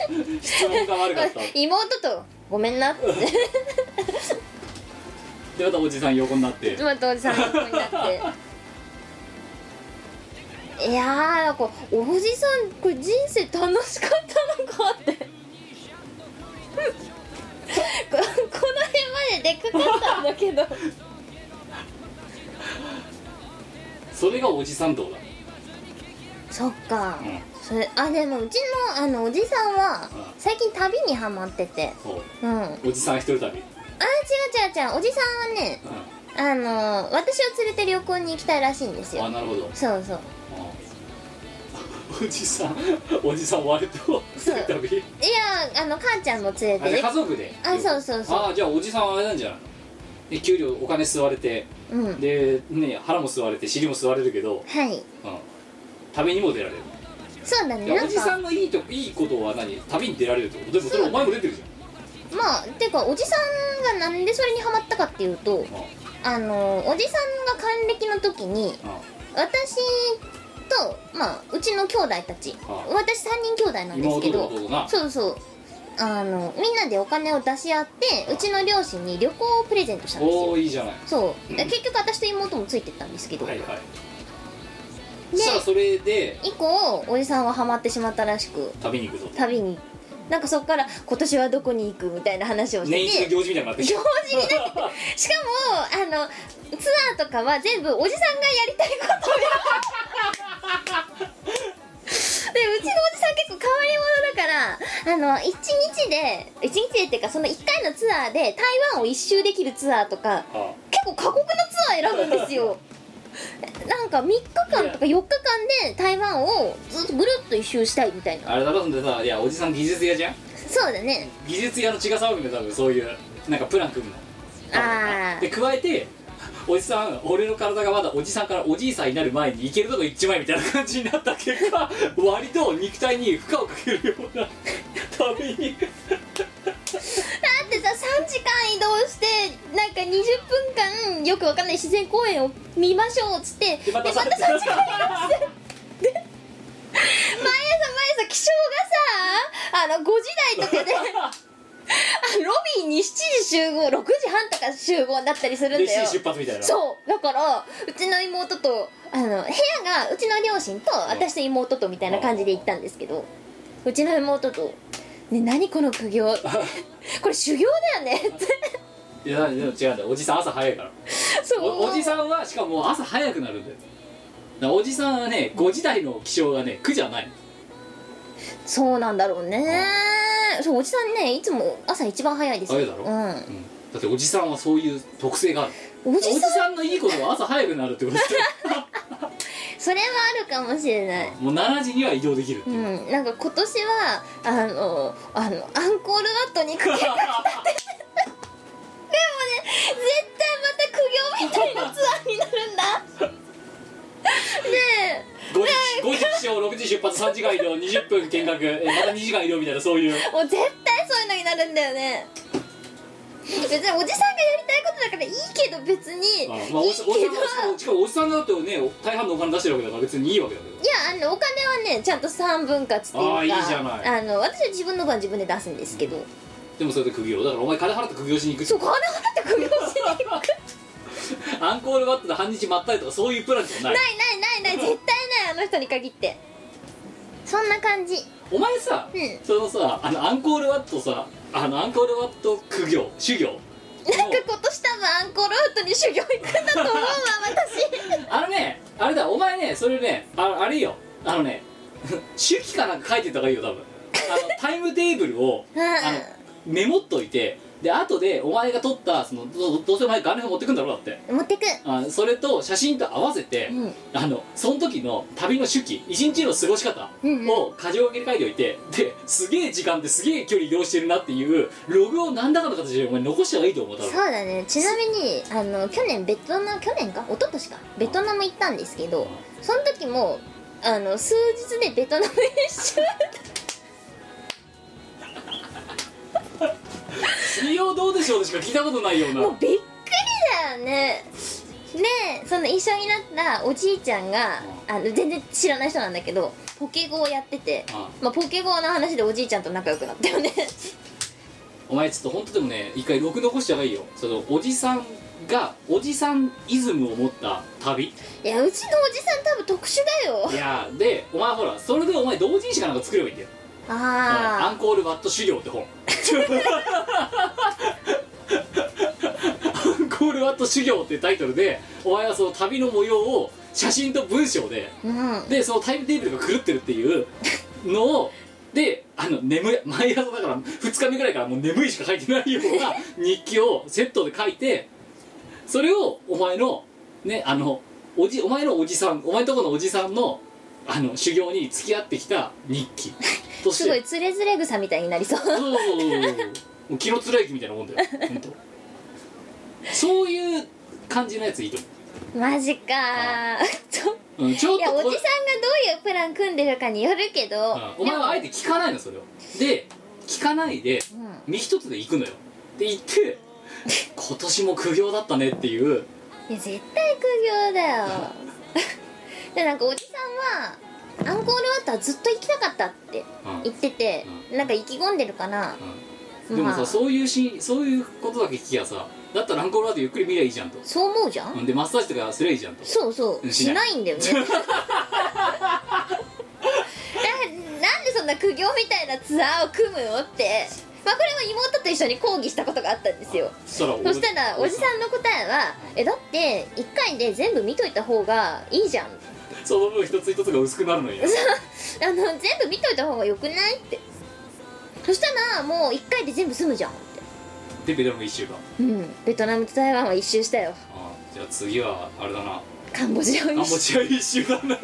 うん質問が悪 かったって妹と「ごめんな」ってまたおじさん横になって妻とおじさんの横にな っていやーなんかおじさんこれ人生楽しかったのかってこ この辺まででかかったんだけどそれがおじさん道だそっかうんそれあでもうちのあのおじさんはうん最近旅にハマっててそうんあ違ううおじさん一人旅、うん、違う違うおじさんはねあの私を連れて旅行に行きたいらしいんですあよなるほどそうそう おじさんおじさん割とそうたびいやあの母ちゃんも連れあてじねゃあ家族であそうそうそうあじゃあおじさんはあれなんじゃないので給料お金吸われてうんでね腹も吸われて尻も吸われるけど、はいうん、旅にも出られるそうだねいやなおんじさかんのいいといいことは何旅に出られるってことでもそれお前も出てるじまあてかおじさんがなんでそれにハマったかっていうとゃん、うあんのおじさんが還暦の時にうん私とと、まあ、うちの兄弟たち、は私3人兄弟なんですけ妹とど弟がそうそうあのみんなでお金を出し合ってうちの両親に旅行をプレゼントしたんですおよーいいじゃないそうで結局私と妹もついてったんですけど、はいはいでさあそれで以降おじさんはハマってしまったらしく旅に行くぞ旅になんかそこから今年はどこに行くみたいな話をしてて年一の行事みたいになってき行た事になってしかもあのツアーとかは全部おじさんがやりたいことをやるでうちのおじさん結構変わり者だからあの1日で1日でっていうかその1回のツアーで台湾を一周できるツアーとか あ結構過酷なツアー選ぶんですよなんか3日間とか4日間で台湾をずっとぐるっと一周したいみたいなあれだろんでさいやおじさん技術屋じゃんそうだね技術屋の血が騒ぐんだよ多分そういうなんかプラン組むのあで加えておじさん俺の体がまだおじさんからおじいさんになる前に行けるとこ行っちまえみたいな感じになった結果割と肉体に負荷をかけるような旅にだってさ3時間移動してなんか20分間よくわかんない自然公園を見ましょうっつってでままたた3さ時間移動してで毎朝毎朝気象がさあの5時台とかであロビーに7時集合6時半とか集合だったりするんだでよし出発みたいなそうだからうちの妹とあの部屋がうちの両親と私と妹とみたいな感じで行ったんですけどうちの妹と「ね何この苦 行これ修行だよね」っていやでも違うんだよおじさん朝早いからそうおおじさんはしかも朝早くなるんだよだからおじさんはね5時台の起床がね9じゃないそうなんだろうねそうおじさんねいつも朝一番早いですよ早いだろうんだっておじさんはそういう特性があるおおじじさんさんのいいことは朝早くなるってこ とだよそれはあるかもしれないもう7時には移動できるってういう、 んなんか今年はあのあのアンコールワットに行く計画 立ててでもね絶対また苦行みたいなツアーになるんだで5時5時起床6時出発3時間移動20分見学えまた2時間移動みたいなそういうもう絶対そういうのになるんだよね別におじさんがやりたいことだからいいけど別に、まあいいけまあどおじおじさんはしかもおじさんだとね大半のお金出してるわけだから別にいいわけだけどいやあのお金はねちゃんと3分割っていうかあーいいじゃないあの私は自分の分は自分で出すんですけど、でもそれで苦行だからお前金払って苦行しに行くってそう金払って苦行しに行く アンコールワットで半日まったりとかそういうプランじゃなないいないないない絶対ないあの人に限ってそんな感じお前さ、うんそのさあのアンコールワットさあのアンコールワット苦行修行なんか今年多分アンコールアウトに修行行くんだと思うわ私あのねあれだお前ねそれねああれよあのね手記かなんか書いてた方がいいよ多分あ のタイムテーブルをうんあのメモっといてで後でお前が撮ったそのどどうせお前ガネ持ってくんだろうだって持ってくあそれと写真と合わせて、うんあのその時の旅の手記一日の過ごし方うんうんを過剰書きで書いておいてですげえ時間ですげえ距離移動してるなっていうログを何らかの形でお前残した方がいいと思う多そう分だねちなみにあの去年ベトナム去年か一昨年かベトナム行ったんですけどその時もあの数日でベトナム一周水曜どうでしょうでしか聞いたことないようなもうびっくりだよねでその一緒になったおじいちゃんがあの全然知らない人なんだけどポケゴをやっててあまあ、ポケゴーの話でおじいちゃんと仲良くなったよ ねお前ちょっと本当でもね一回録残した方がいいよそのおじさんがおじさんイズムを持った旅いやうちのおじさん多分特殊だよいやーでお前ほらそれでお前同人誌かなんか作ればいいんだよアあンコールワット修行って本 アンコールワット修行っていうタイトルでお前はその旅の模様を写真と文章であうんでそのタイムテーブルが狂ってるっていうのをであの眠い毎朝だから2日目ぐらいからもう眠いしか書いてないような日記をセットで書いてそれをお前のねあのおじお前のおじさんお前のとこのおじさんのあの修行に付き合ってきた日記としてすごいつれづれ草みたいになりそうそうそうそうそうもう気の貫之みたいなもんだよ本当そういう感じのやついいと思マジかーちょっう、うん、ちょ とっいとやおじさんがどこうれいうプラン組んでるかによるけどうんお前はあえて聞かないのそれをで聞かないででも身一つで行くのよで行って今年も苦行だったねっていううんいや絶対苦行だよ でなんかおじさんはアンコールワットはずっと行きたかったって言ってて、なんか意気込んでるから、でもまさあ、そういうしそういうことだけ聞きゃさだったらアンコールワードゆっくり見りゃいいじゃんとそう思うじゃん、うんでマッサージとかすりゃいいじゃんとそうそうししなないんだ よねななんでそんな苦行みたいなツアーを組むのってまあこれは妹と一緒に講義したことがあったんですよそしたらおそしたらおじさんの答えは「えだって1回で全部見といた方がいいじゃん」その分一つ一つが薄くなるのよ あの全部見といた方がよくないってそしたらもう1回で全部済むじゃんってでベトナム一週間うんベトナムと台湾は一周したよあーじゃあ次はあれだなカンボジアをカンボ一周ジア一周だな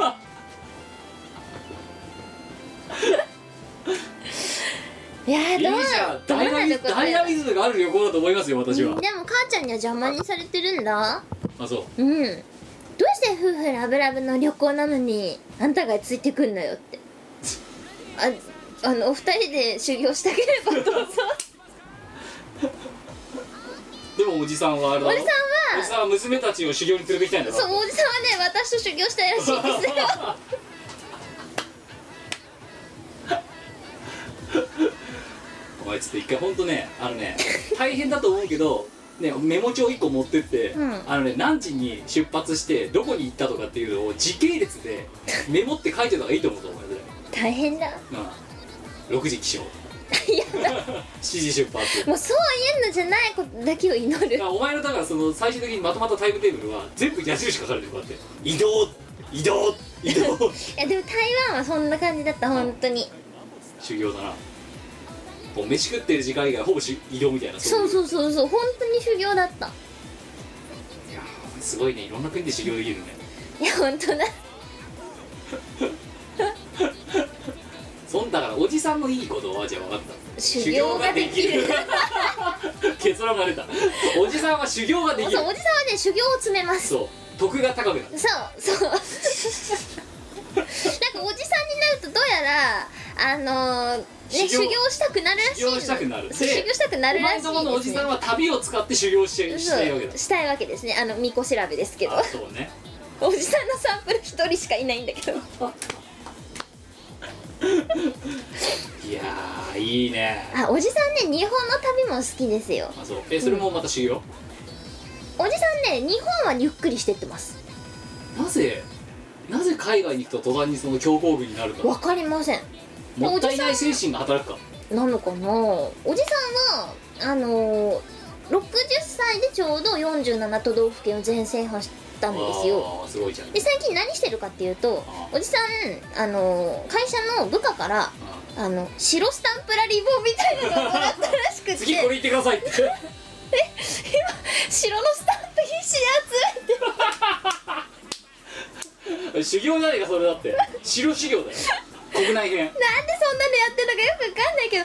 いやいいーじどうゃんどうダイなんだナミこれダイナミズムがある旅行だと思いますよ私はでも母ちゃんには邪魔にされてるんだあそううんどうして夫婦ラブラブの旅行なのにあんたがついてくんのよってああのお二人で修行したければど うぞでもおじさんはあれだおろじさんおはじさんは娘たちを修行に連れてきたいんだろそうおじさんはね私と修行したいらしいんですよ お前ちょっと一回本当ねあのね大変だと思うけどねメモ帳1個持ってって、うんあのね何時に出発してどこに行ったとかっていうのを時系列でメモって書いてた方がいいと思うぞお前それ大変だうん6時起 床 7時出発もうそういうのじゃないことだけを祈だるからお前のだからその最終的にまとまったタイムテーブルは全部矢印書かれてるからって移動移動移動いやでも台湾はそんな感じだった本当に 修行だなもう飯食ってる時間以外ほぼし移動みたいなそううそうそうそう本当に修行だったいやーすごいねいろんな国で修行できるねいや本当だそんだからおじさんのいいことはじゃあ分かった修行ができる修行ができる 結論が出たおじさんは修行ができるそうおじさんはね修行を詰めますそう徳が高くなるそうそう なんかおじさんになるとどうやらあのーね修行修行したくなるらしいの修行したくなるでそう修行したくなおるらしい前です、のね、とこのおじさんは旅を使って修行してしているわけだそうしたいわけですねあのみこ調べですけどあそうねおじさんのサンプル一人しかいないんだけどいやーいいねあおじさんね日本の旅も好きですよあそうえそれもまた修行、おじさんね日本はゆっくりしてってますなぜなぜ海外に行くと途端にその強行軍になるかわかりませんもったいない精神が働くかなのかなおじさんはあのー、60歳でちょうど47都道府県を全制覇したんですよあーすごいじゃんで最近何してるかっていうとあおじさんあのー会社の部下からああの白スタンプラリー棒みたいなのをもらったらしくて次これ行ってくださいって 白のスタンプ必死で集めて修行じゃねえかそれだって白修行 だよ国内編なんでそんなのやってんのかよくわかんないけど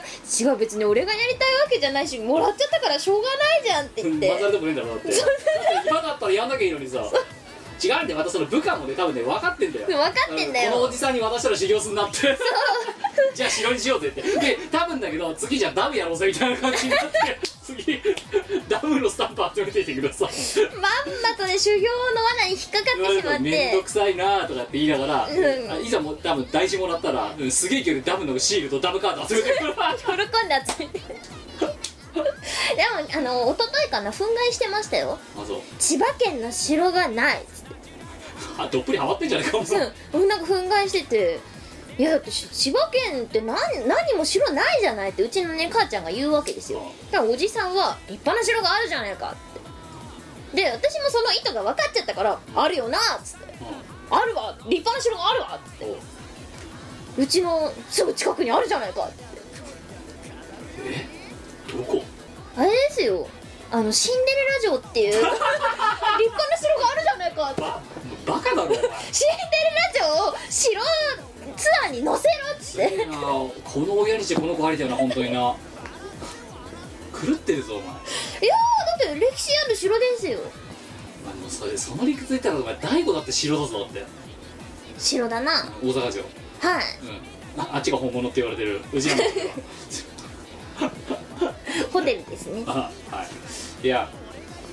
違う別に俺がやりたいわけじゃないしもらっちゃったからしょうがないじゃんって言っ混ざてれてもねえんだろだってだって今だったらやんなきゃいいのにさ違うんでまたその部下もね多分ね分かってんだよ分かってんだよこのおじさんに渡したら修行すんなって じゃあ白にしようぜってで多分だけど次じゃあダムやろうぜみたいな感じになって次ダムのスタンプ集めていてくださいまんまとね修行の罠に引っかかってしまっめん どてくさいなとかって言いながら、うんあいざも多分大事もらったら、うんすげえ勢いでダムのシールとダムカード集めてくる喜ん で集めてでもあの一昨日かな憤慨してましたよあそう千葉県の城がないあどっぷりハマってんじゃないかもううんなんか憤慨してていやだってし千葉県って何何も城ないじゃないってうちのね母ちゃんが言うわけですよだからおじさんは立派な城があるじゃないかってで私もその意図が分かっちゃったから「あるよな」っつって「あるわ立派な城があるわ」っつっておううちのすぐ近くにあるじゃないかってどこあれですよあのシンデレラ城っていう立派な城があるじゃないかってババカだろお前シンデレラ城を城ツアーに載せろっつっすげてえなこの親にしてこの子ありだよな本当にな狂ってるぞお前、まいやーだって歴史ある城ですよあ、でもそれその理屈言ったらお前大悟だって城だぞだって城だな大阪城うんはいああっちが本物って言われてるうちらのホテルですねあはいいや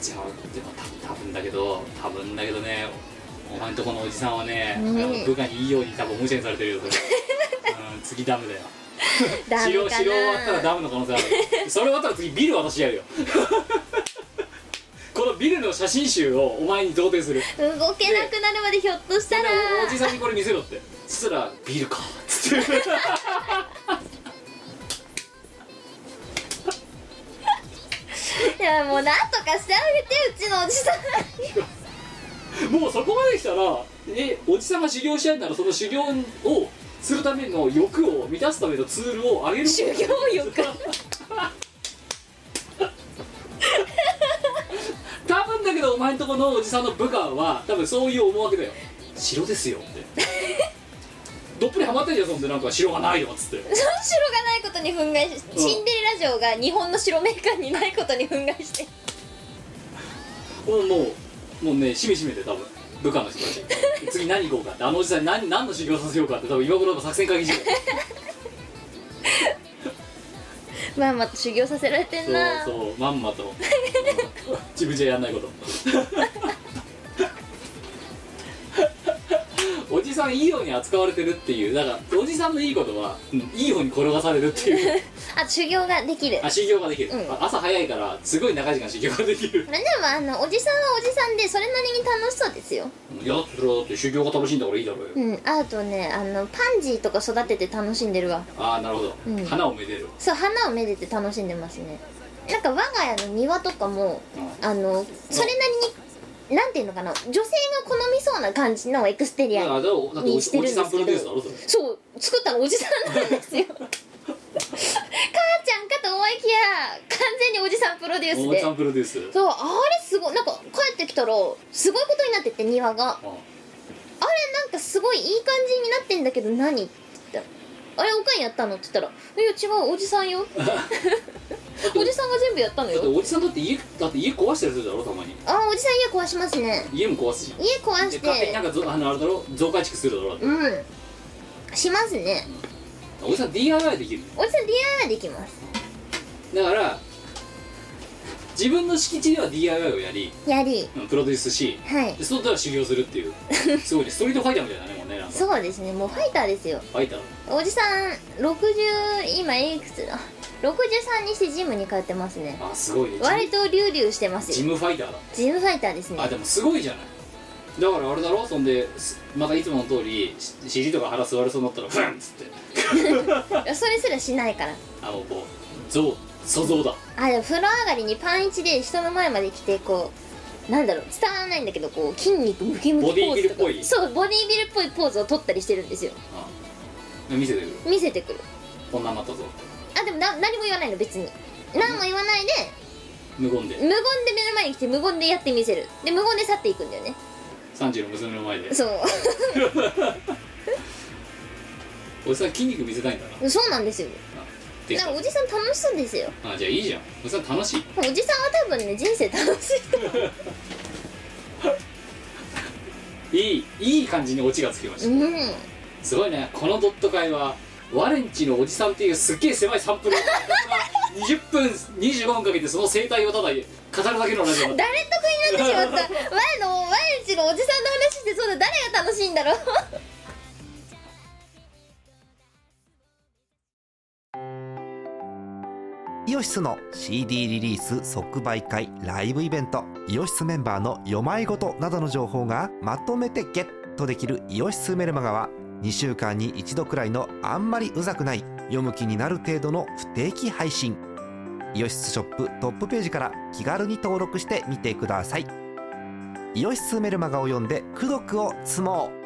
じゃあでもた多分だけど多分だけどねお前んとこのおじさんはね、うんあの部下にいいように多分無視されてるよそれ、うん、次ダメだよダ治メか療な治療終わったらダムの可能性あるそれ終わったら次ビル渡しやるよ このビルの写真集をお前に贈呈する動けなくなるまでひょっとしたらおじさんにこれ見せろってそしたら「ビールか」っつっていやもうなんとかしてあげてうちのお じさんもうそこまで来たらえおじさんが修行し合いならその修行をするための欲を満たすためのツールをあげる修行欲多分だけどお前んとこのおじさんの部下は多分そういう思惑だよ城ですよってどっぷりハマってんじゃんそんでなんか城がないよっつってその城がないことに憤慨しうんシンデレラ城が日本の城メーカーにないことに憤慨してもうもうもうねしめしめで多分部下の人たち次何行こうかってあのおじさんに何何の修行させようかって多分今頃の作戦会議中まあまた修行させられてんなそうそうまんまと 自分じゃやんないこと おじさんいいように扱われてるっていうだからおじさんのいいことは、うんいい方に転がされるって いうあ修行ができるあ修行ができる、うんあ朝早いからすごい長い時間修行ができるまあでもあのおじさんはおじさんでそれなりに楽しそうですよいやそれはだって修行が楽しいんだからいいだろうよ、うんあとねあのパンジーとか育てて楽しんでるわああなるほど、うん花をめでるそう花をめでて楽しんでますねなんか我が家の庭とかもうあのそれなりになんていうのかな女性が好みそうな感じのエクステリだからアだからだっておにじしておるじんさでんすプロデューけスだどろそれそう作ったのおじさんなんですよ母ちゃんかと思いきや完全におじさんプロデュースおじでさんプロデュースそうあれすごいなんか帰ってきたらすごいことになってて庭がああれなんかすごいいい感じになってんだけど何って言ってあれおかんやったのって言ったら「いや違うおじさ んよ」おじさんが全部やったのだってよおじさんだって家だって家壊したりするだろたまにあおじさん家壊しますね家も壊すじゃん家壊でし勝手にてなんかぞあのあれだろ増改築するだろだってうんしますねおじさん DIY できるおじさん DIY できますだから自分の敷地では DIY をやりやりうんプロデュースしはいで外では修行するっ ていうすごいねストリートファイターみたいだねもうねなんかそうですねもうファイターですよファイターおじさん60今いくつだ63にしてジムに通ってますねあすごいね割とリュウリュウしてますジよムファイターだジムファイターですねあでもすごいじゃないだからあれだろそんですまたいつもの通りし尻とか腹座れそうになったらフンっつっていやそれすらしないからあのこう像塑像だあでも風呂上がりにパンイチで人の前まで来てこうなんだろう伝わらないんだけどこう筋肉ムキムキポボディーービズとルっかぽいそうボディービルっぽいポーズを取ったりしてるんですよあ見せてくる見せてくるこんなんなったぞってあでもな何も言わないの別に何も言わないで無言で無言で目の前に来て無言でやってみせるで無言で去っていくんだよね3時の娘の前でそうおじさん筋肉見せたいんだなそう なんですよってだからおじさん楽しそうですよあじゃあいいじゃんおじさん楽しいおじさんは多分ね人生楽しい と思ういいいい感じにオチがつきました、うんすごいねこのドット会はワレンチのおじさんっていうすっげえ狭いサンプルを20分25分かけてその生態をただ語るだけのラジオだ誰得になってしまった前の前うちのおじさんの話してそうだ誰が楽しいんだろうイオシスの CD リリース即売会ライブイベントイオシスメンバーの読まいごとなどの情報がまとめてゲットできる「イオシスメルマガ」は2週間に1度くらいのあんまりうざくない読む気になる程度の不定期配信イオシスショップトップページから気軽に登録してみてくださいイオシスメルマガを読んで「功徳を積もう」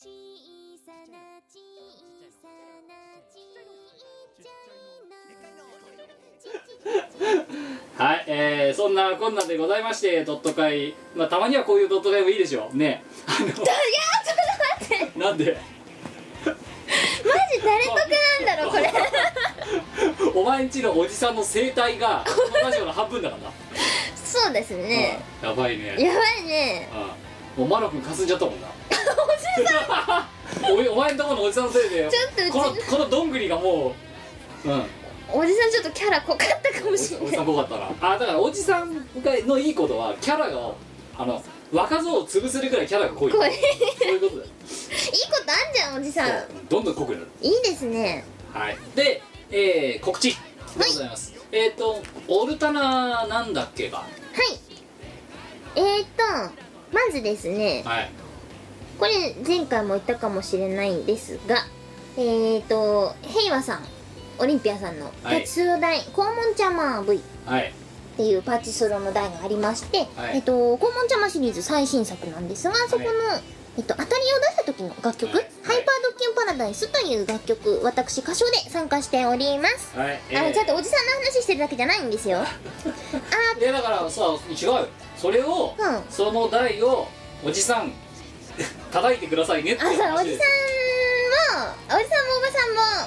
小さな小さなちっちゃいの はいえー、えーそんなこんなんでございましてドット会、まあ、たまにはこういうドット会もいいでしょうねあのいやちょっと待ってなんでマジ誰得なんだろうこれお前んちのおじさんの生態がこのラジオの半分だからな、そうですねうんやばいねやばいねうんもうマロ君かすんじゃったもんな おじさんお前んとこのおじさんのせいでちょっとうちこのこのどんぐりがもううんおじさんちょっとキャラ濃かったかもおしじれおないじさんっぽかったなあだからおじさんがのいいことはキャラがあの若造を潰せるぐらいキャラが濃い濃いいいそういうことだこよと あんじゃんおじさんそうどんどん濃くなるいいですねはいで、えー、告知でございます、えっ、ー、とオルタナなんだっけかはいえーとまずですねはいこれ前回も言ったかもしれないんですがえーと平和さんオリンピアさんのパはいチスロ大黄門ちゃま V っはいていうパチスロの台がありまして、はいえっと黄門ちゃまシリーズ最新作なんですがそこの、えっと、当たりを出した時の楽曲、はいハイパードッキンパラダイスという楽曲私歌唱で参加しておりますはいえあのーちょっとおじさんの話してるだけじゃないんです よあーいやだからさ違うよそれを、うんその台をおじさん叩いてくださいねってあそうおじさんもおじんさんもおばさ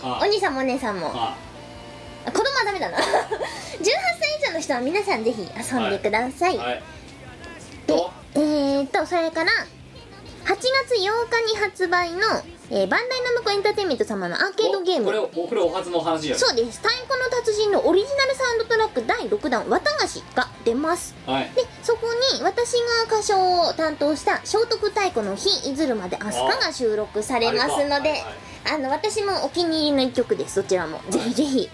んもあお兄さんもお姉さんもああ子供はダメだな 18歳以上の人は皆さんぜひ遊んでください、はいでとえーっとそれから8月8日に発売の、えーバンダイナムコエンターテインメント様のアーケードゲームおこれおこれお初の話じゃんそうです太鼓の達人のオリジナルサウンドトラック第6弾「綿菓子」が出ますはいでそこに私が歌唱を担当した「聖徳太鼓の日いずるまで明日香」が収録されますのであ,、あれかはいの私もお気に入りの一曲ですどちらもぜひぜひ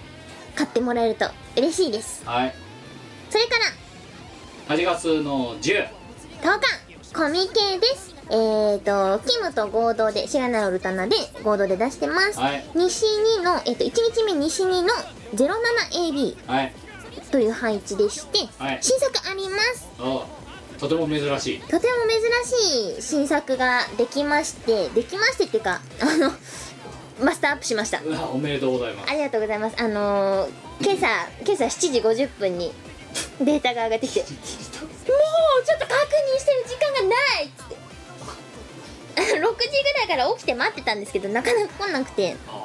買ってもらえると嬉しいですはいそれから8月の10 10日コミケですえーとキムと合同で「知らないオルタナ」で合同で出してます、はい西2の、えっと1日目西2の 07AB はいという配置でして、はい新作ありますおとても珍しいとても珍しい新作ができましてできましてっていうかあの マスターアップしましたうわおめでとうございますありがとうございますあのー、今朝今朝7時50分にデータが上がってきてもうちょっと確認してる時間がないっつって あの6時ぐらいから起きて待ってたんですけどなかなか来なくてあ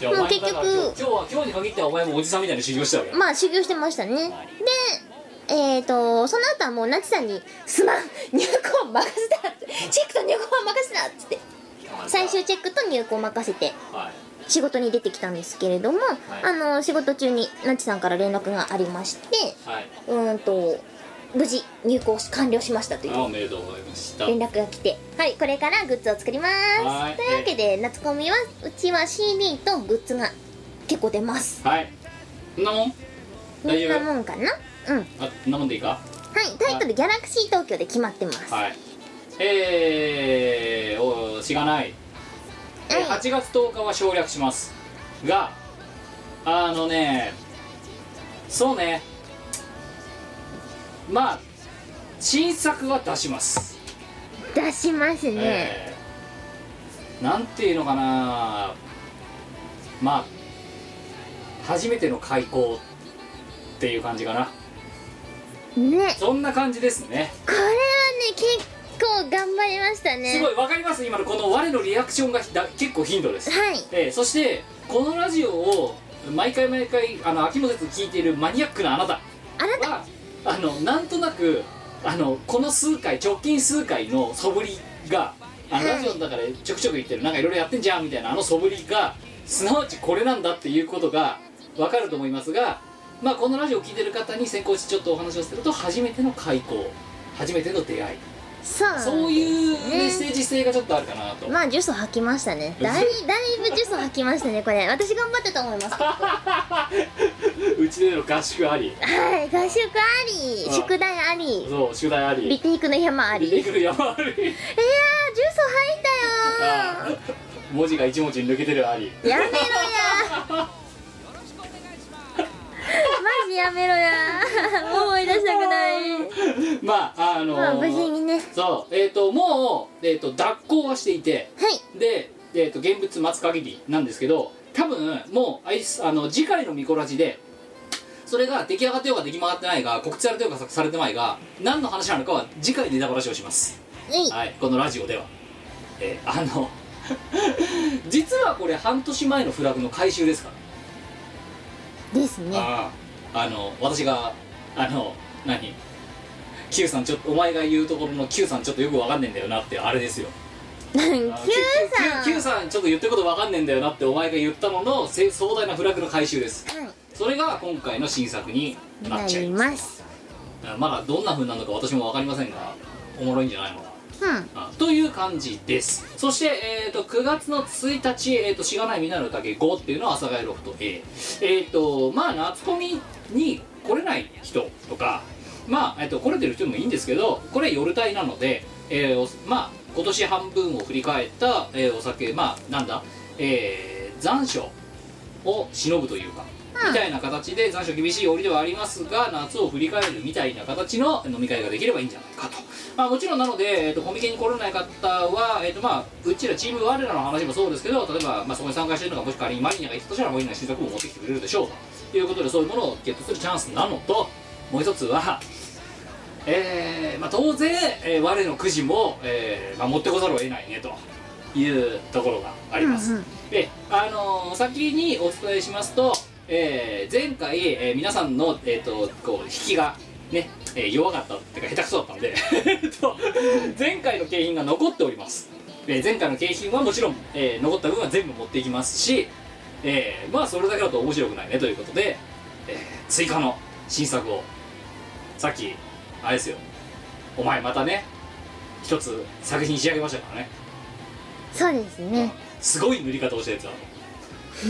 じゃあおもう前もだから今日結今日は今日に限ってはお前もおじさんみたいに修行してたわけだまあ修行してましたねでえー、とその後はもうナチさんに「すまん入稿任せた」って「チェックと入稿は任せた」っつって最終チェックと入稿任せてはい仕事に出てきたんですけれども、あの仕事中になっちさんから連絡がありましてはいうーんと無事入稿完了しましたといあうおめでとうございました連絡が来てはいこれからグッズを作りまはいすというわけで夏コミはうちは CD とグッズが結構出ますはいそんなもんこ大ん丈な夫もんかなうんはいあそんなもんでいいかタイトル「ギャラクシー東京」で決まってますはいえー、おしがない、はえーい8月10日は省略しますがあのねそうねまあ新作は出します出しますね、えーなんていうのかなまあ初めての開校っていう感じかなねそんな感じですねこれはね結構頑張りましたねすごいわかります今のこの我のリアクションがひだ結構頻度です、はいえーそしてこのラジオを毎回毎回あの秋元節聞いているマニアックなあなたあなたはあのなんとなくあのこの数回直近数回の素振りがあのはいラジオの中でちょくちょく言ってるなんかいろいろやってんじゃんみたいなあの素振りがすなわちこれなんだっていうことがわかると思いますが、まあ、このラジオを聞いてる方に先行してちょっとお話をすると初めての開口初めての出会い、そうそういうメッセージ性がちょっとあるかなと、まあジュース吐きましたねだいだいぶジュース吐きましたねこれ私頑張ったと思いますはうちでの合宿ありい合宿ありあ宿題ありそう宿題あリりテイクの山ありリいやーテイクの山ありジュースあ吐いー文字が一文字に抜けてるありたよーやめろや マジやめろやもう思い出したくないまああのーまあ無事にねはいそうえっ、ともう、えー、と脱行はしていてで、えー、と現物待つ限りなんですけど多分もうあいつあの次回のミコラジでそれが出来上がってようが出来上がってないが告知されてようがされてないが何の話なのかは次回ネタバラシをしますいはいこのラジオではえーあの 実はこれ半年前のフラグの回収ですからですねあああの私があの何 Q さんちょっとお前が言うところの Q さんちょっとよくわかんねえんだよなってあれですよ Q さん Q さんちょっと言ってることわかんねえんだよなってお前が言ったののせ壮大なフラグの回収ですはいそれが今回の新作になっなちゃいりますますあまだどんな風なのか私もわかりませんがおもろいんじゃないのかなうんあという感じですそして、えー、と9月の1日、えーと「しがないみんなの宴5」っていうのは阿佐ヶ谷ロフト A えっ、とまあ夏コミに来れない人とかまあ、えー、と来れてる人でもいいんですけどこれ夜帯なので、えーおまあ今年半分を振り返った、えーお酒まあなんだえー残暑をしのぶというか、みたいな形で残暑厳しい折ではありますが夏を振り返るみたいな形の飲み会ができればいいんじゃないかと、まあ、もちろんなので、えっとコミケに来れない方は、えっとまあ、うちらチーム我らの話もそうですけど例えば、まあ、そこに参加してるのがもし仮にマリーナが行ったとしたらマリーナの新作も持ってきてくれるでしょうということでそういうものをゲットするチャンスなのともう一つはえーまあ、当然、えー我のくじも、えーまあ、持ってこざるを得ないねというところがあります、で、あのー先にお伝えしますと、えー前回、えー皆さんの、えー、とこう引きがね、えー弱かったっていうか下手くそだったのでえっと前回の景品が残っております、えー前回の景品はもちろん、えー残った分は全部持っていきますし、えーまあそれだけだと面白くないねということで、えー追加の新作をさっきあれですよお前またね一つ作品仕上げましたからねそうです ねすごい塗り方をしたやつだと、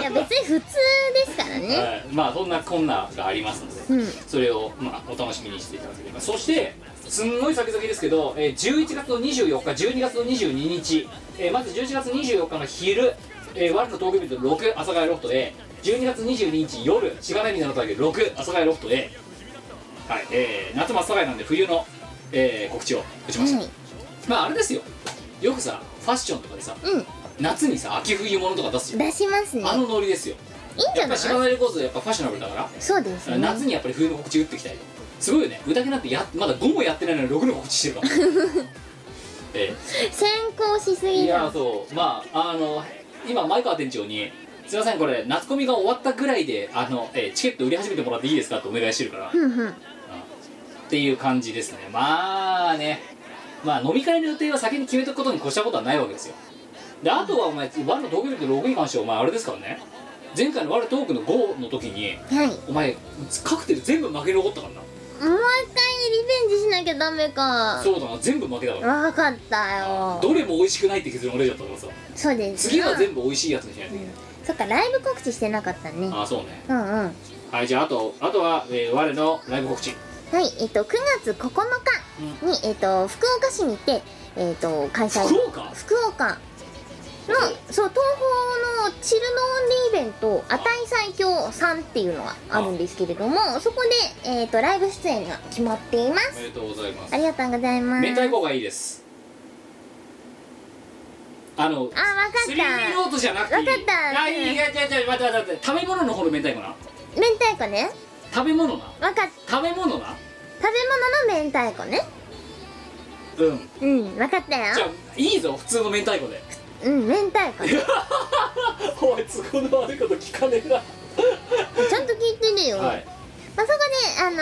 いや別に普通ですからねはいまあそんなこんながありますので、うんそれを、まあ、お楽しみにしていただければそしてすんごい先々ですけど、えー11月の24日12月の22日、えーまず11月24日の昼、えー、ワルの東京ビルド6阿佐ヶ谷ロフト A12 月22日夜しがないみなの旅6阿佐ヶ谷ロフト A はいえー夏真っ盛りなんで冬の、えー告知を打ちました、はいまああれですよよくさファッションとかでさ、うん夏にさ秋冬物とか出すじゃん出しますねいいあんのノリですよじやゃなっぱいしがないレコードやっぱファッショナブルだからそうですね夏にやっぱり冬の告知打っていきたいとすごいよね歌けなんてやまだ5もやってないのに6の告知してるから え先行しすえいぎやるそうまああの今前川店長に「すいませんこれ夏コミが終わったぐらいであの、ええチケット売り始めてもらっていいですか?」ってお願いしてるからふんふんっていう感じですねまあねまあ飲み会の予定は先に決めとくことに越したことはないわけですよであとはお前ワルの東京ビルド6に関してはお前あれですからね前回のワルトークの5の時にはいもうお前カクテル全部負け残ったからな一回リベンジしなきゃダメかそうだな全部負けたからわかったよどれも美味しくないって結論出ちゃったからさそうです次は全部美味しいやつにしないといけないそっかライブ告知してなかったねああそうねうんうんはいはいじゃああとあとは、えー我のライブ告知えっと9月9日に、えっと福岡市にてえっと開催福岡福岡のそう東宝のチルノオンリーイベント「値最強さん」っていうのがあるんですけれどもそこで、えっとライブ出演が決まっていまおすめでとうございますありがとうございます明太子がいいですあのあわかったスリーリロードじゃなくていいわかったあいいいやいやいや待って待って待って食べ物の方の明太子な明太子ね食べ物なわかっ食べ物な食べ物の明太子ねうんうんわかったじゃよあいいぞ普通の明太子で うん明太子ねおい都合の悪いこと聞かねえちゃんと聞いてるよ、なはいまあ、そこであの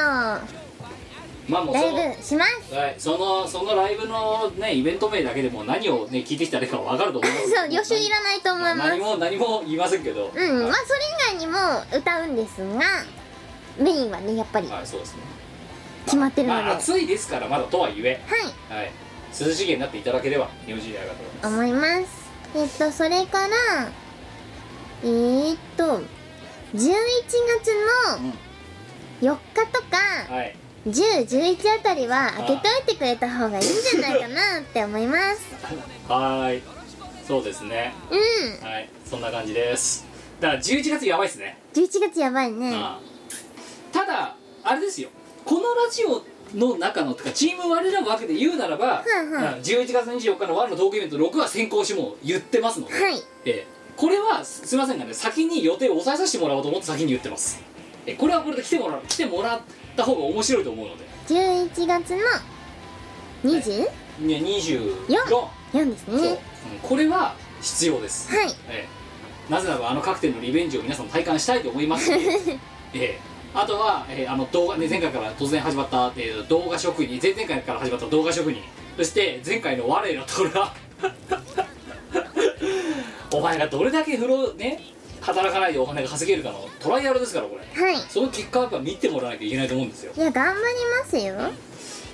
まあもうそのライブしますはい、そのそのライブのねイベント名だけでも何をね聞いてきたらいいか分かると思う そう予習いらないと思います何も何も言いませんけどうんまはあそれ以外にも歌うんですがメインはねやっぱりい、はいそうですね決まってるので、まあ暑いですからまだとは言え、はいはい、涼しげになっていただければよろしいんじゃないかと思います思いますえっとそれからえー、っと11月うんの4日とかはい1011あたりは開けといてくれた方がいいんじゃないかなって思いますはーいそうですね うんはいそんな感じですだから11月やばいですね、 11月やばいねああただあれですよこのラジオの中のとかチーム我らわけで言うならば、うんうん11月24日のワンのトークイベント6は先行してもう言ってますので、はいええこれはすすいませんがね先に予定を抑えさせてもらおうと思って先に言ってますえこれはこれで来てもらう来てもらった方が面白いと思うので11月の 24? ね24ですそう、うんねこれは必要です、はいええなぜならばあのカクテルのリベンジを皆さん体感したいと思いますので、ええあとは、ええあの動画ね、前回から突然始まった、ええ動画職人前々回から始まった動画職人そして前回の我のトラ お前がどれだけ風呂ね働かないでお金が稼げるかのトライアルですからこれはいその結果はやっぱ見てもらわなきゃいけないと思うんですよいや頑張りますよ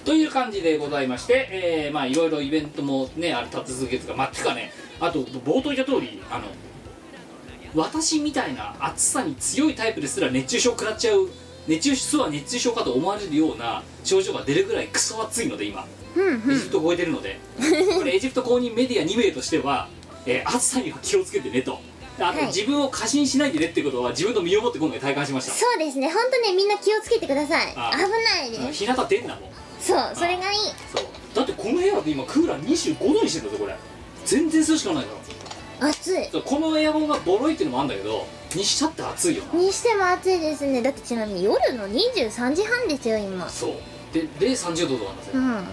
という感じでございまして、えーまあいろいろイベントもねあれ立て続けですがまあてかねあと冒頭言った通りあの私みたいな暑さに強いタイプですら熱中症食らっちゃう熱中症は熱中症かと思われるような症状が出るぐらいクソ暑いので今うんうエんジプト超えてる のでこれエジプト公認メディア2名としては、えー暑さには気をつけてねとあとはい自分を過信しないでねってことは自分の身をもって今回体感しましたそうですねほんとねみんな気をつけてください危あないうんです日向出んなもんそうそれがいいそうだってこの部屋で今クーラー25度にしてんだぞこれ全然涼しくないだろ暑いそうこのエアコンがボロいっていうのもあるんだけどにしちゃって暑いよなにしても暑いですねだってちなみに夜の23時半ですよ今そうでで30度とかなんですようん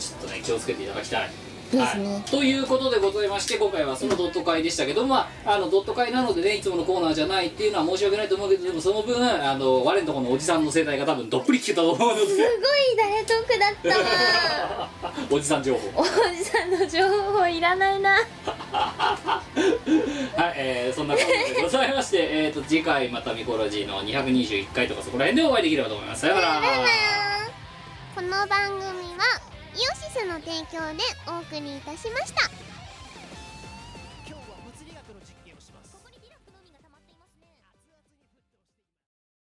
ちょっとね気をつけていただきたいですねはい、ということでございまして今回はそのドット会でしたけどまああのドット会なのでねいつものコーナーじゃないっていうのは申し訳ないと思うけどでもその分あの我のとこのおじさんの世代が多分どっぷり聞けたと思うのす でごい誰トークだったわおじさん情 報おじさんの情報いらないなはい、えー、そんな感じでございましてえーと次回またミコロジーの221回とかそこら辺でお会いできればと思いますさようならこの番組はイオシスの提供でお送りいたしました